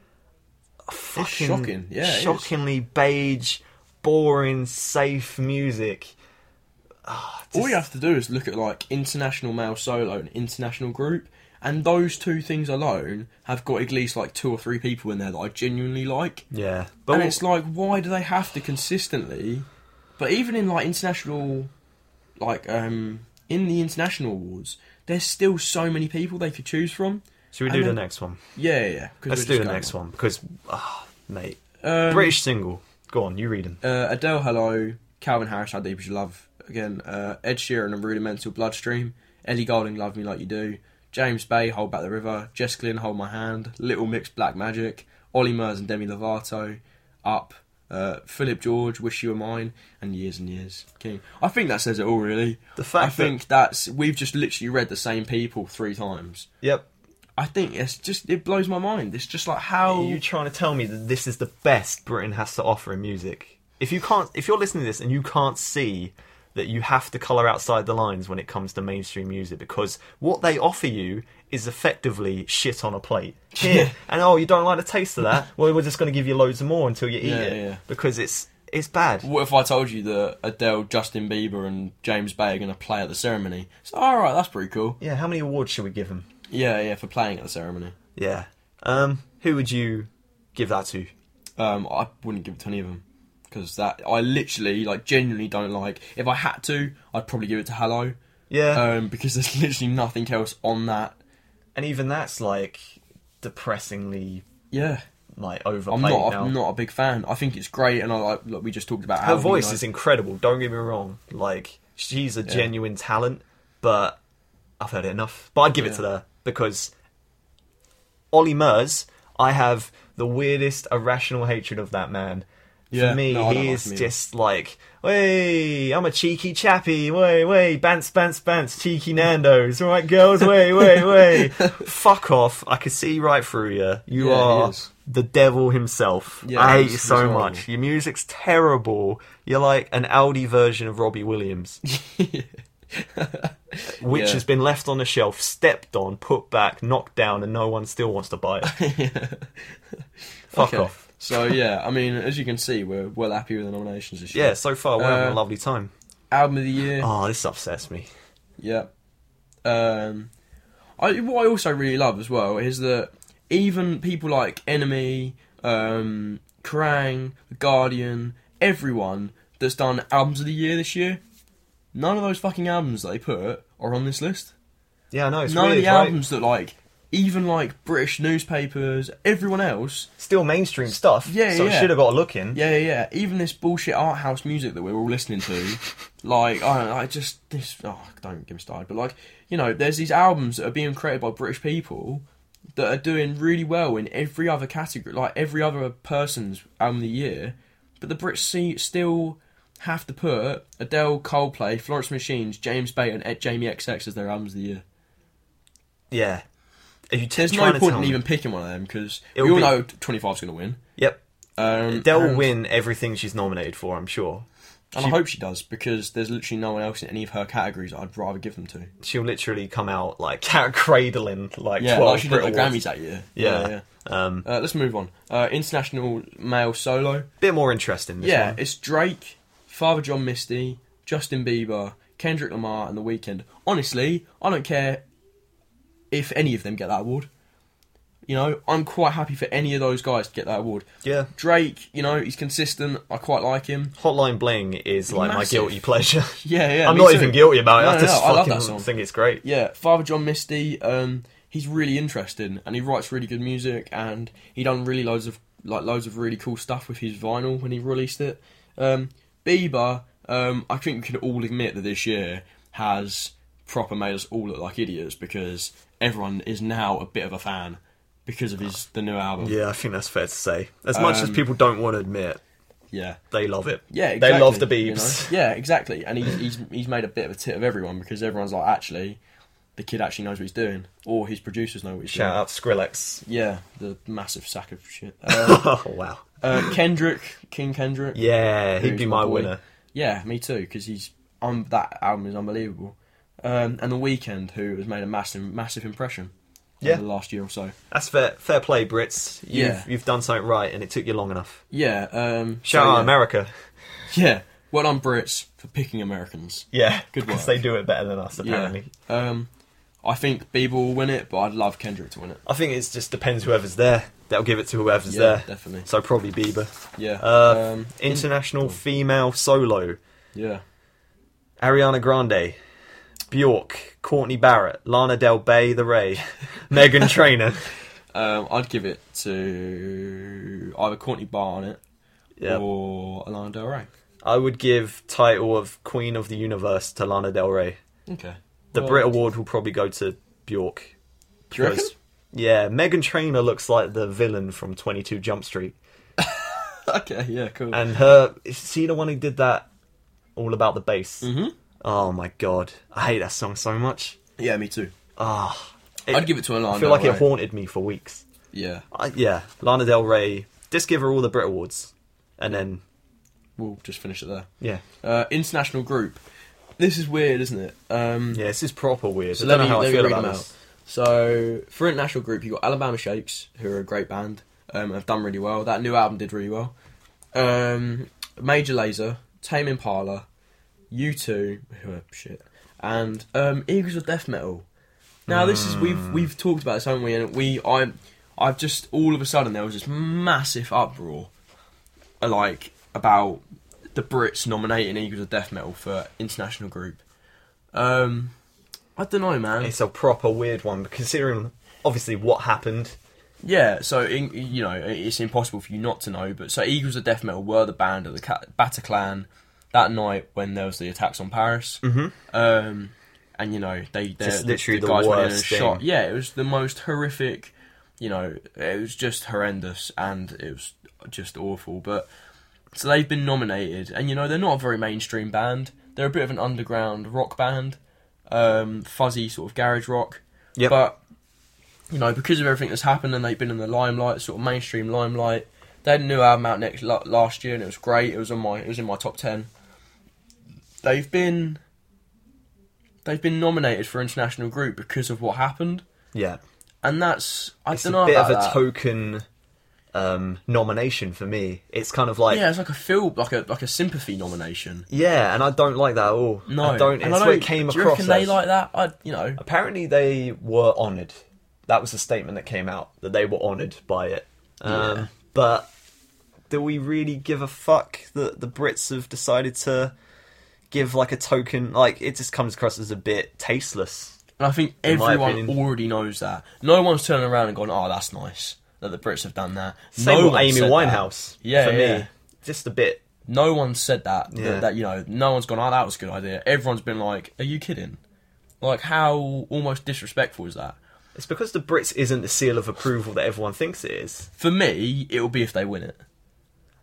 Fucking shocking. Yeah, it is. shockingly beige, boring, safe music. Ah, All you have to do is look at like international male solo and international group, and those two things alone have got at least like two or three people in there that I genuinely like. Yeah, but and it's like, why do they have to consistently? But even in like international, like um, in the international awards, there's still so many people they could choose from. should we and do the then- next one? Yeah, yeah. yeah, 'cause Let's do we're just the going next one because, ah, mate, on. Um, British single. Go on, you read them. Uh, Adele, hello. Calvin Harris, how deep is your love? Again, uh, Ed Sheeran and Rudimental Bloodstream. Ellie Golding, love me like you do. James Bay, hold back the river. Jess Glynn, hold my hand. Little Mix, Black Magic. Ollie Murs and Demi Lovato, up. Uh, Philip George, wish you were mine, and years and years. King. I think that says it all, really. The fact I think that's we've just literally read the same people three times. Yep. I think it's just it blows my mind. It's just like how Are you trying to tell me that this is the best Britain has to offer in music? If you can't, if you're listening to this and you can't see that you have to colour outside the lines when it comes to mainstream music, because what they offer you is effectively shit on a plate. Here, Yeah. and oh, you don't like the taste of that? well, we're just going to give you loads more until you eat Yeah, it yeah. because it's it's bad. What if I told you that Adele, Justin Bieber, and James Bay are going to play at the ceremony? So, all right, that's pretty cool. Yeah. How many awards should we give them? Yeah, yeah, for playing at the ceremony. Yeah. Um, who would you give that to? Um, I wouldn't give it to any of them because that I literally, like, genuinely don't like. If I had to, I'd probably give it to Hello. Yeah. Um, because there's literally nothing else on that. and even that's like depressingly Yeah, like overplayed I'm not. now. I'm not a big fan. I think it's great, and I like, like we just talked about Her voice is incredible. Don't get me wrong. Like she's a genuine talent, but I've heard it enough. But I'd give it Yeah. to her because Ollie Murs. I have the weirdest irrational hatred of that man. Yeah, For me, no, I don't he like is him either. just like, "Way, I'm a cheeky chappy. Way, way, bance, bance, bance, cheeky Nando's. All right, girls. Way, way, way. Fuck off. I can see right through you. You Yeah, he are is. the devil himself. Yeah, I hate he's- you he's so horrible. much. Your music's terrible. You're like an Aldi version of Robbie Williams, which Yeah. has been left on the shelf, stepped on, put back, knocked down, and no one still wants to buy it. Fuck Okay. off. So yeah, I mean, as you can see, we're well happy with the nominations this year. Yeah, so far we're having Uh, a lovely time. Album of the year. Oh, this upsets me. Yeah. Um, I what I also really love as well is that even people like Enemy, um, Krang, The Guardian, everyone that's done albums of the year this year, none of those fucking albums that they put are on this list. Yeah, I know. It's none weird, of the right? albums that like even like British newspapers, everyone else. Still mainstream stuff. Yeah, So yeah. should have got a look in. Yeah, yeah, yeah. Even this bullshit art house music that we're all listening to, like, I don't know, I just, this, oh, don't get me started, but like, you know, there's these albums that are being created by British people that are doing really well in every other category, like every other person's album of the year, but the Brits see, still have to put Adele, Coldplay, Florence and the Machines, James Bay, and Ed- Jamie XX as their albums of the year. Yeah. Are you t- There's no trying to point tell in me- even picking one of them because we It'll all be- know 25's going to win. Yep. Um, Adele will and- win everything she's nominated for, I'm sure. And She- I hope she does because there's literally no one else in any of her categories I'd rather give them to. She'll literally come out like cradling like Yeah, twelve like she did Brit at the Awards. Grammys that year. Yeah. Um, Uh, let's move on. Uh, international male solo. bit more interesting. This yeah, one. it's Drake, Father John Misty, Justin Bieber, Kendrick Lamar, and The Weeknd. Honestly, I don't care if any of them get that award. You know, I'm quite happy for any of those guys to get that award. yeah. Drake, you know, he's consistent. I quite like him. Hotline Bling is like my Massive. guilty pleasure. Yeah, yeah. I'm me not too. even guilty about it. No, I no, just no, I love fucking that song. think it's great. Yeah, Father John Misty. Um, he's really interesting, and he writes really good music, and he done really loads of like loads of really cool stuff with his vinyl when he released it. Um, Bieber, um, I think we can all admit that this year has proper made us all look like idiots because everyone is now a bit of a fan because of his the new album. Yeah, I think that's fair to say. As much as people don't want to admit, yeah. they love it. Um, Yeah, exactly. they love the you Beebs. know? Yeah, exactly. And he's, he's he's made a bit of a tit of everyone because everyone's like, actually, the kid actually knows what he's doing, or his producers know what he's Shout out Skrillex. doing. Yeah, the massive sack of shit. Uh, oh wow. uh, Kendrick, King Kendrick. Yeah, he'd Who's be my my boy? winner. Yeah, me too, because he's um, that album is unbelievable. Um, and The Weeknd, who has made a massive, massive impression Yeah. in the last year or so. That's fair. Fair play, Brits. You've, Yeah. you've done something right, and it took you long enough. Yeah. Um, Shout so, out yeah. America. Yeah. Well done, Brits, for picking Americans. Yeah, Good because work. they do it better than us. Apparently, Yeah. Um, I think Bieber will win it, but I'd love Kendrick to win it. I think it just depends whoever's there. They'll give it to whoever's Yeah, there. definitely. So probably Bieber. Yeah. Uh, um, International female solo: yeah. Ariana Grande, Bjork, Courtney Barrett, Lana Del Rey, The Ray, Megan Trainor. Um, I'd give it to either Courtney Barnett Yeah, or Alana Del Rey. I would give title of Queen of the Universe to Lana Del Rey. Okay. The Well, Brit Award will probably go to Bjork. Do you reckon? Because- Yeah, Megan Trainor looks like the villain from 22 Jump Street. Okay. Yeah. Cool. And her. Is she the one who did that? All about the bass. Mhm. Oh my god. I hate that song so much. yeah. Me too. Ah. I'd give it to Alana. I feel Del like Rey. it haunted me for weeks. Yeah. I, yeah, Lana Del Rey. Just give her all the Brit Awards. And then. We'll just finish it there. Yeah. Uh, international group. This is weird, isn't it? Um, Yeah, this is proper weird. So I let don't me, know how let I me feel read about them out. this. So for international group, you got Alabama Shakes, who are a great band. Um, have done really well. That new album did really well. Um, Major Laser, Tame Impala, U2, who are shit, and um, Eagles of Death Metal. Now this is we've we've talked about this, haven't we? And we I I've just all of a sudden there was this massive uproar, uh, like about the Brits nominating Eagles of Death Metal for international group. Um, I don't know, man. It's a proper weird one, considering obviously what happened. Yeah, so in, you know it's impossible for you not to know. But so Eagles of Death Metal were the band of the Ca- Bataclan that night when there was the attacks on Paris. Mm-hmm. Um, and you know they they Just literally the worst thing. shot. Yeah, it was the most horrific. You know, it was just horrendous and it was just awful. But so they've been nominated, and you know they're not a very mainstream band. They're a bit of an underground rock band, um, fuzzy sort of garage rock. Yep. But you know, because of everything that's happened, and they've been in the limelight, sort of mainstream limelight. They had a new album out next la- last year, and it was great. It was on my it was in my top ten. They've been they've been nominated for international group because of what happened, Yeah. and that's I it's don't know a bit of about a that. token um, nomination for me. It's kind of like yeah. yeah, it's like a feel like a like a sympathy nomination. and I don't like that at all. No, I don't. And It's I what it came do you across. reckon they as. like that? I you know Apparently, they were honoured. That was the statement that came out that they were honoured by it. Um, Yeah. But do we really give a fuck that the Brits have decided to give like a token? Like it just comes across as a bit tasteless. And I think In my everyone opinion. already knows that. No one's turning around and gone, "Oh, that's nice that the Brits have done that." Same no with one Amy said Winehouse. That. Yeah, for yeah. me, just a bit. No one said that, that- Yeah. that. you know, no one's gone. Oh, that was a good idea. Everyone's been like, "Are you kidding?" Like, how almost disrespectful is that? It's because the Brits isn't the seal of approval that everyone thinks it is. For me, it will be if they win it.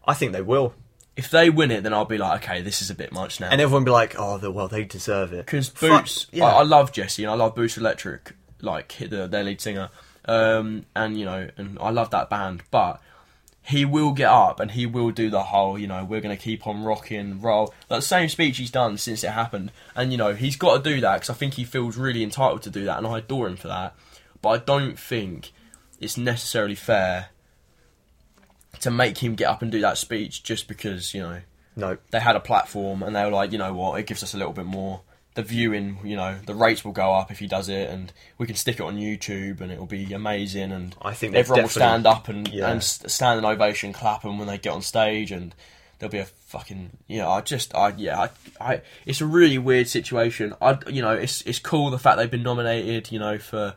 I think they will. If they win it, then I'll be like, "Okay, this is a bit much now." and everyone be like, "Oh, the, well, they deserve it." Because Fuck, Boots, yeah, I, I love Jesse and I love Boots Electric, like hit the, their lead singer, um, and you know, and I love that band. But he will get up and he will do the whole, you know, we're gonna keep on rocking, roll. That same speech he's done since it happened, and you know, he's got to do that because I think he feels really entitled to do that, and I adore him for that. But I don't think it's necessarily fair to make him get up and do that speech just because you know no, they had a platform and they were like, you know what, it gives us a little bit more. The viewing, you know, the rates will go up if he does it, and we can stick it on YouTube, and it'll be amazing. And I think they've everyone will definitely- stand up and Yeah. and s- stand an ovation, clap 'em when they get on stage, and there'll be a fucking you know, I just I yeah I, I it's a really weird situation. I you know it's it's cool the fact they've been nominated, you know for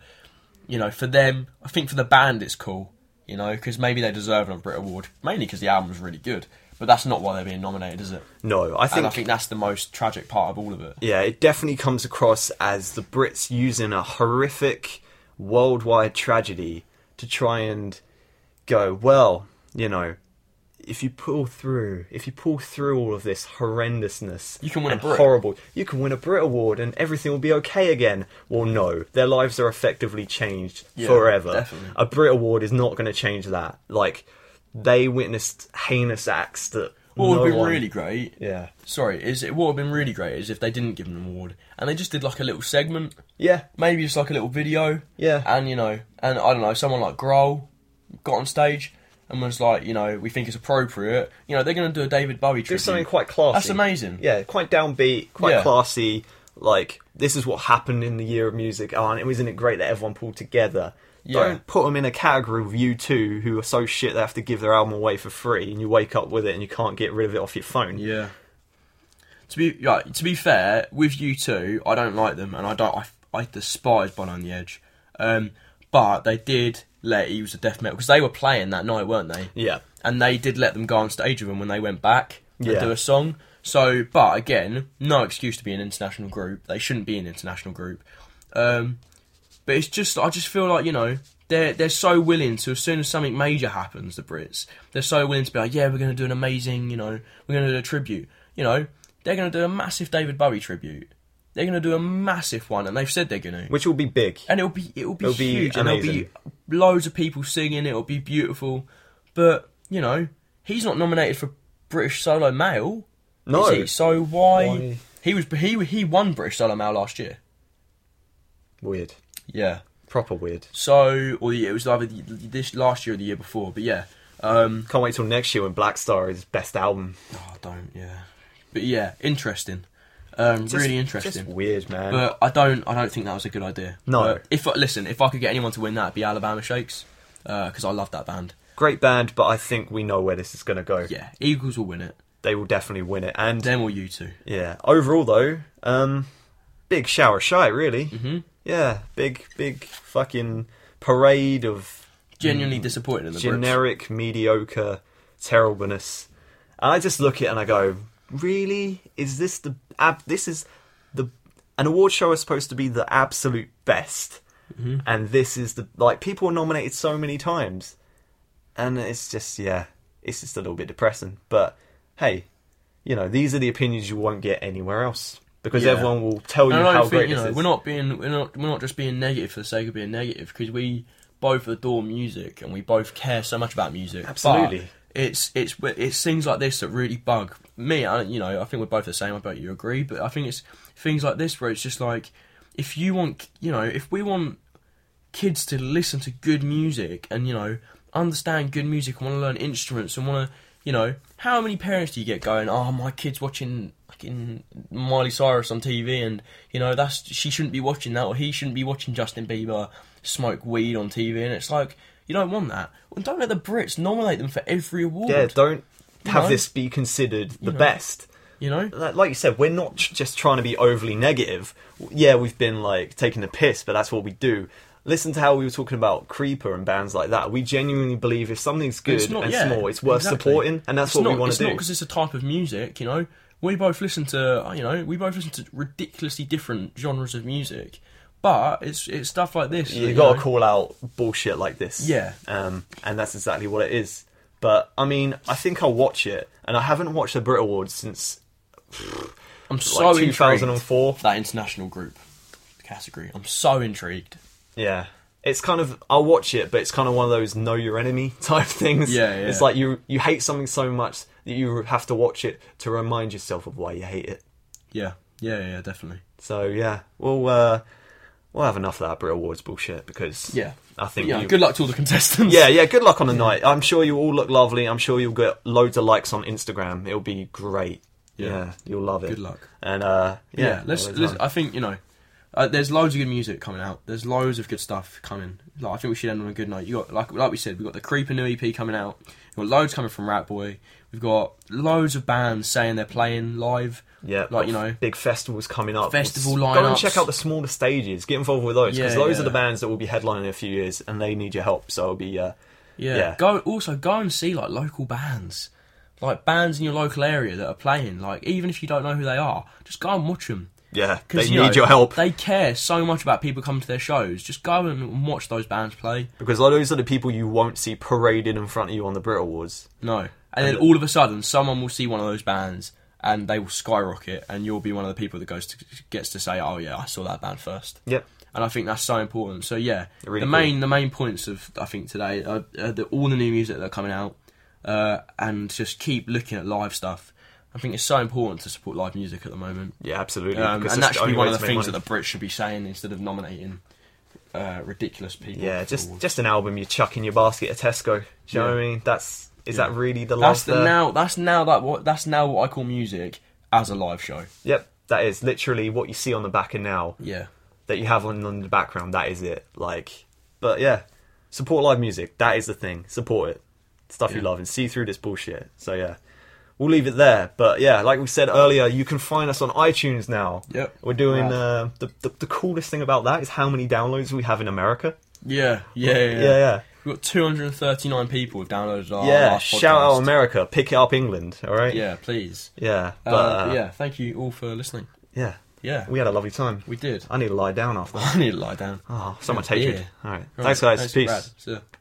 you know for them. I think for the band it's cool, you know because maybe they deserve a Brit Award mainly because the album's really good. But that's not why they're being nominated, is it? no. I And think, I think that's the most tragic part of all of it. yeah, it definitely comes across as the Brits using a horrific worldwide tragedy to try and go, well, you know, if you pull through, if you pull through all of this horrendousness, You can win a and Brit. horrible. You can win a Brit Award, and everything will be okay again. Well, no, their lives are effectively changed Yeah, forever. definitely. A Brit Award is not going to change that. Like they witnessed heinous acts that. What would no be one- really great Yeah. Sorry, is it what would have been really great is if they didn't give them an award and they just did like a little segment, Yeah. maybe just like a little video. Yeah. And you know, and I don't know, someone like Grohl got on stage and was like, you know, we think it's appropriate. You know, they're going to do a David Bowie tribute. There's something quite classy. That's amazing. Yeah, quite downbeat, quite Yeah. classy. Like this is what happened in the year of music. Oh, and it wasn't it great that everyone pulled together? Yeah. Don't put them in a category with you two who are so shit they have to give their album away for free, and you wake up with it and you can't get rid of it off your phone. Yeah. To be yeah, to be fair with you two, I don't like them, and I don't. I, I despise Bon on the Edge. Um, but they did let he was a death metal because they were playing that night, weren't they? Yeah. And they did let them go on stage with them when they went back and Yeah. do a song. So, but again, no excuse to be an international group. They shouldn't be an international group. Um, but it's just, I just feel like you know they're they're so willing to as soon as something major happens, the Brits, they're so willing to be like, yeah, we're going to do an amazing, you know, we're going to do a tribute. You know, they're going to do a massive David Bowie tribute. They're going to do a massive one, and they've said they're going to. Which will be big. And it'll be it'll be It'll be huge, and there'll be amazing. loads of people singing. It'll be beautiful, but you know he's not nominated for British solo male. No. is he? so why? Why? He was he he won British solo male last year. Weird. Yeah. Proper weird. So or yeah, it was either the- this last year or the year before. But yeah, um, Can't wait till next year when Black Star is best album. oh, I don't yeah, but yeah, interesting. Um, really interesting. Just weird, man. But I don't, I don't think that was a good idea. No. But if I- listen, if I could get anyone to win that, it'd be Alabama Shakes, because I love that band. Great band, but I think we know where this is going to go. Yeah, Eagles will win it. They will definitely win it. And Them or you two. Yeah. Overall, though, um, big shower shy, really. Mm-hmm. Yeah. Big, big fucking parade of Genuinely disappointed in the Brits. Mm. generic, mediocre terribleness. And I just look at it and I go, really? Is this the ab? This is the an award show is supposed to be the absolute best, Mm-hmm. and this is the like people were nominated so many times, and it's just yeah, it's just a little bit depressing. But hey, you know these are the opinions you won't get anywhere else because Yeah. everyone will tell you And I how don't great think you this know is. we're not being we're not we're not just being negative for the sake of being negative because we both adore music and we both care so much about music. But Absolutely. it's it's it's things like this that really bug me. I you know I think we're both the same. I bet you agree. But I think it's things like this where it's just like if you want you know if we want kids to listen to good music and you know understand good music and want to learn instruments and want to you know how many parents do you get going oh my kids watching fucking Miley Cyrus on TV and you know that's she shouldn't be watching that or he shouldn't be watching Justin Bieber smoke weed on TV and it's like you don't want that well, don't let the Brits nominate them for every award yeah, don't have know? this be considered the best. you know like like you said, we're not j- just trying to be overly negative. Yeah, we've been like taking the piss, but that's what we do. Listen to how we were talking about Creeper and bands like that. We genuinely believe if something's good It's not- and yeah, small, it's worth exactly. supporting, and that's It's what we not- want It's to do. not because it's a type of music, you know. We both listen to, uh, you know, we both listen to ridiculously different genres of music, but it's it's stuff like this. you that, got to know- call out bullshit like this. Yeah. Um, and that's exactly what it is. But I mean, I think I'll watch it, and I haven't watched the Brit Awards since I'm so like intrigued. 2004. That international group category. I'm so intrigued. Yeah. It's kind of I'll watch it, but it's kind of one of those know your enemy type things. Yeah, yeah. It's like you you hate something so much that you have to watch it to remind yourself of why you hate it. Yeah, yeah, yeah, definitely. So yeah, we'll uh, we'll have enough of that Brit Awards bullshit because Yeah, I think yeah. you- Good luck to all the contestants. yeah, yeah. Good luck on the night. I'm sure you all look lovely. I'm sure you'll get loads of likes on Instagram. It'll be great. Yeah, Yeah. you'll love it. Good luck. And uh, yeah, yeah, let's, have a good let's time. I think you know uh, there's loads of good music coming out there's loads of good stuff coming like, I think we should end on a good note you got like like we said we've got the Creeper new EP coming out we've got loads coming from Rat Boy we've got loads of bands saying they're playing live Yeah, like you know big festivals coming up. Festival Go and lineups. check out the smaller stages. Get involved with those because Yeah, those yeah. are the bands that will be headlining in a few years, and they need your help. So it'll be uh, yeah. yeah. go also go and see like local bands like bands in your local area that are playing like even if you don't know who they are just go and watch them yeah, 'Cause, they you need know, your help They care so much about people coming to their shows. Just go and watch those bands play. because those are the people you won't see paraded in front of you on the Brit Awards. No. and then all of a sudden someone will see one of those bands and they will skyrocket and you'll be one of the people that goes to, gets to say oh yeah i saw that band first Yep. and i think that's so important so yeah Really the main the main points of i think today are, are the, all the new music that are coming out uh, and just keep looking at live stuff i think it's so important to support live music at the moment Yeah, absolutely. um, because and that's that the should only be one way of to the make things money. that the brits should be saying instead of nominating uh, ridiculous people Yeah, for just awards. just an album you chuck in your basket at Tesco. Do you know what I mean? That's is that really the last? that's the now that's now that what that's now what i call music as a live show Yep, that is literally what you see on the back and now yeah that you have on, on the background. That is it. Like, but yeah, support live music. That is the thing. Support it. Stuff you Yeah. love and see through this bullshit. So yeah, we'll leave it there. But yeah, like we said earlier, you can find us on iTunes now. Yep. We're doing Rad. uh, the, the the coolest thing about that is how many downloads we have in America. Yeah, yeah, yeah. Yeah, yeah. We've got 239 people who've downloaded our yeah, last shout out podcast. America. Pick it up, England. All right. Yeah, please. Yeah. But uh, uh, yeah, thank you all for listening. yeah, Yeah, we, we had a lovely time. did. I need to lie down after that. I need to lie down. Oh, so much Yeah. hatred. All right. Right, Thanks, guys. thanks, Peace. Brad. See ya.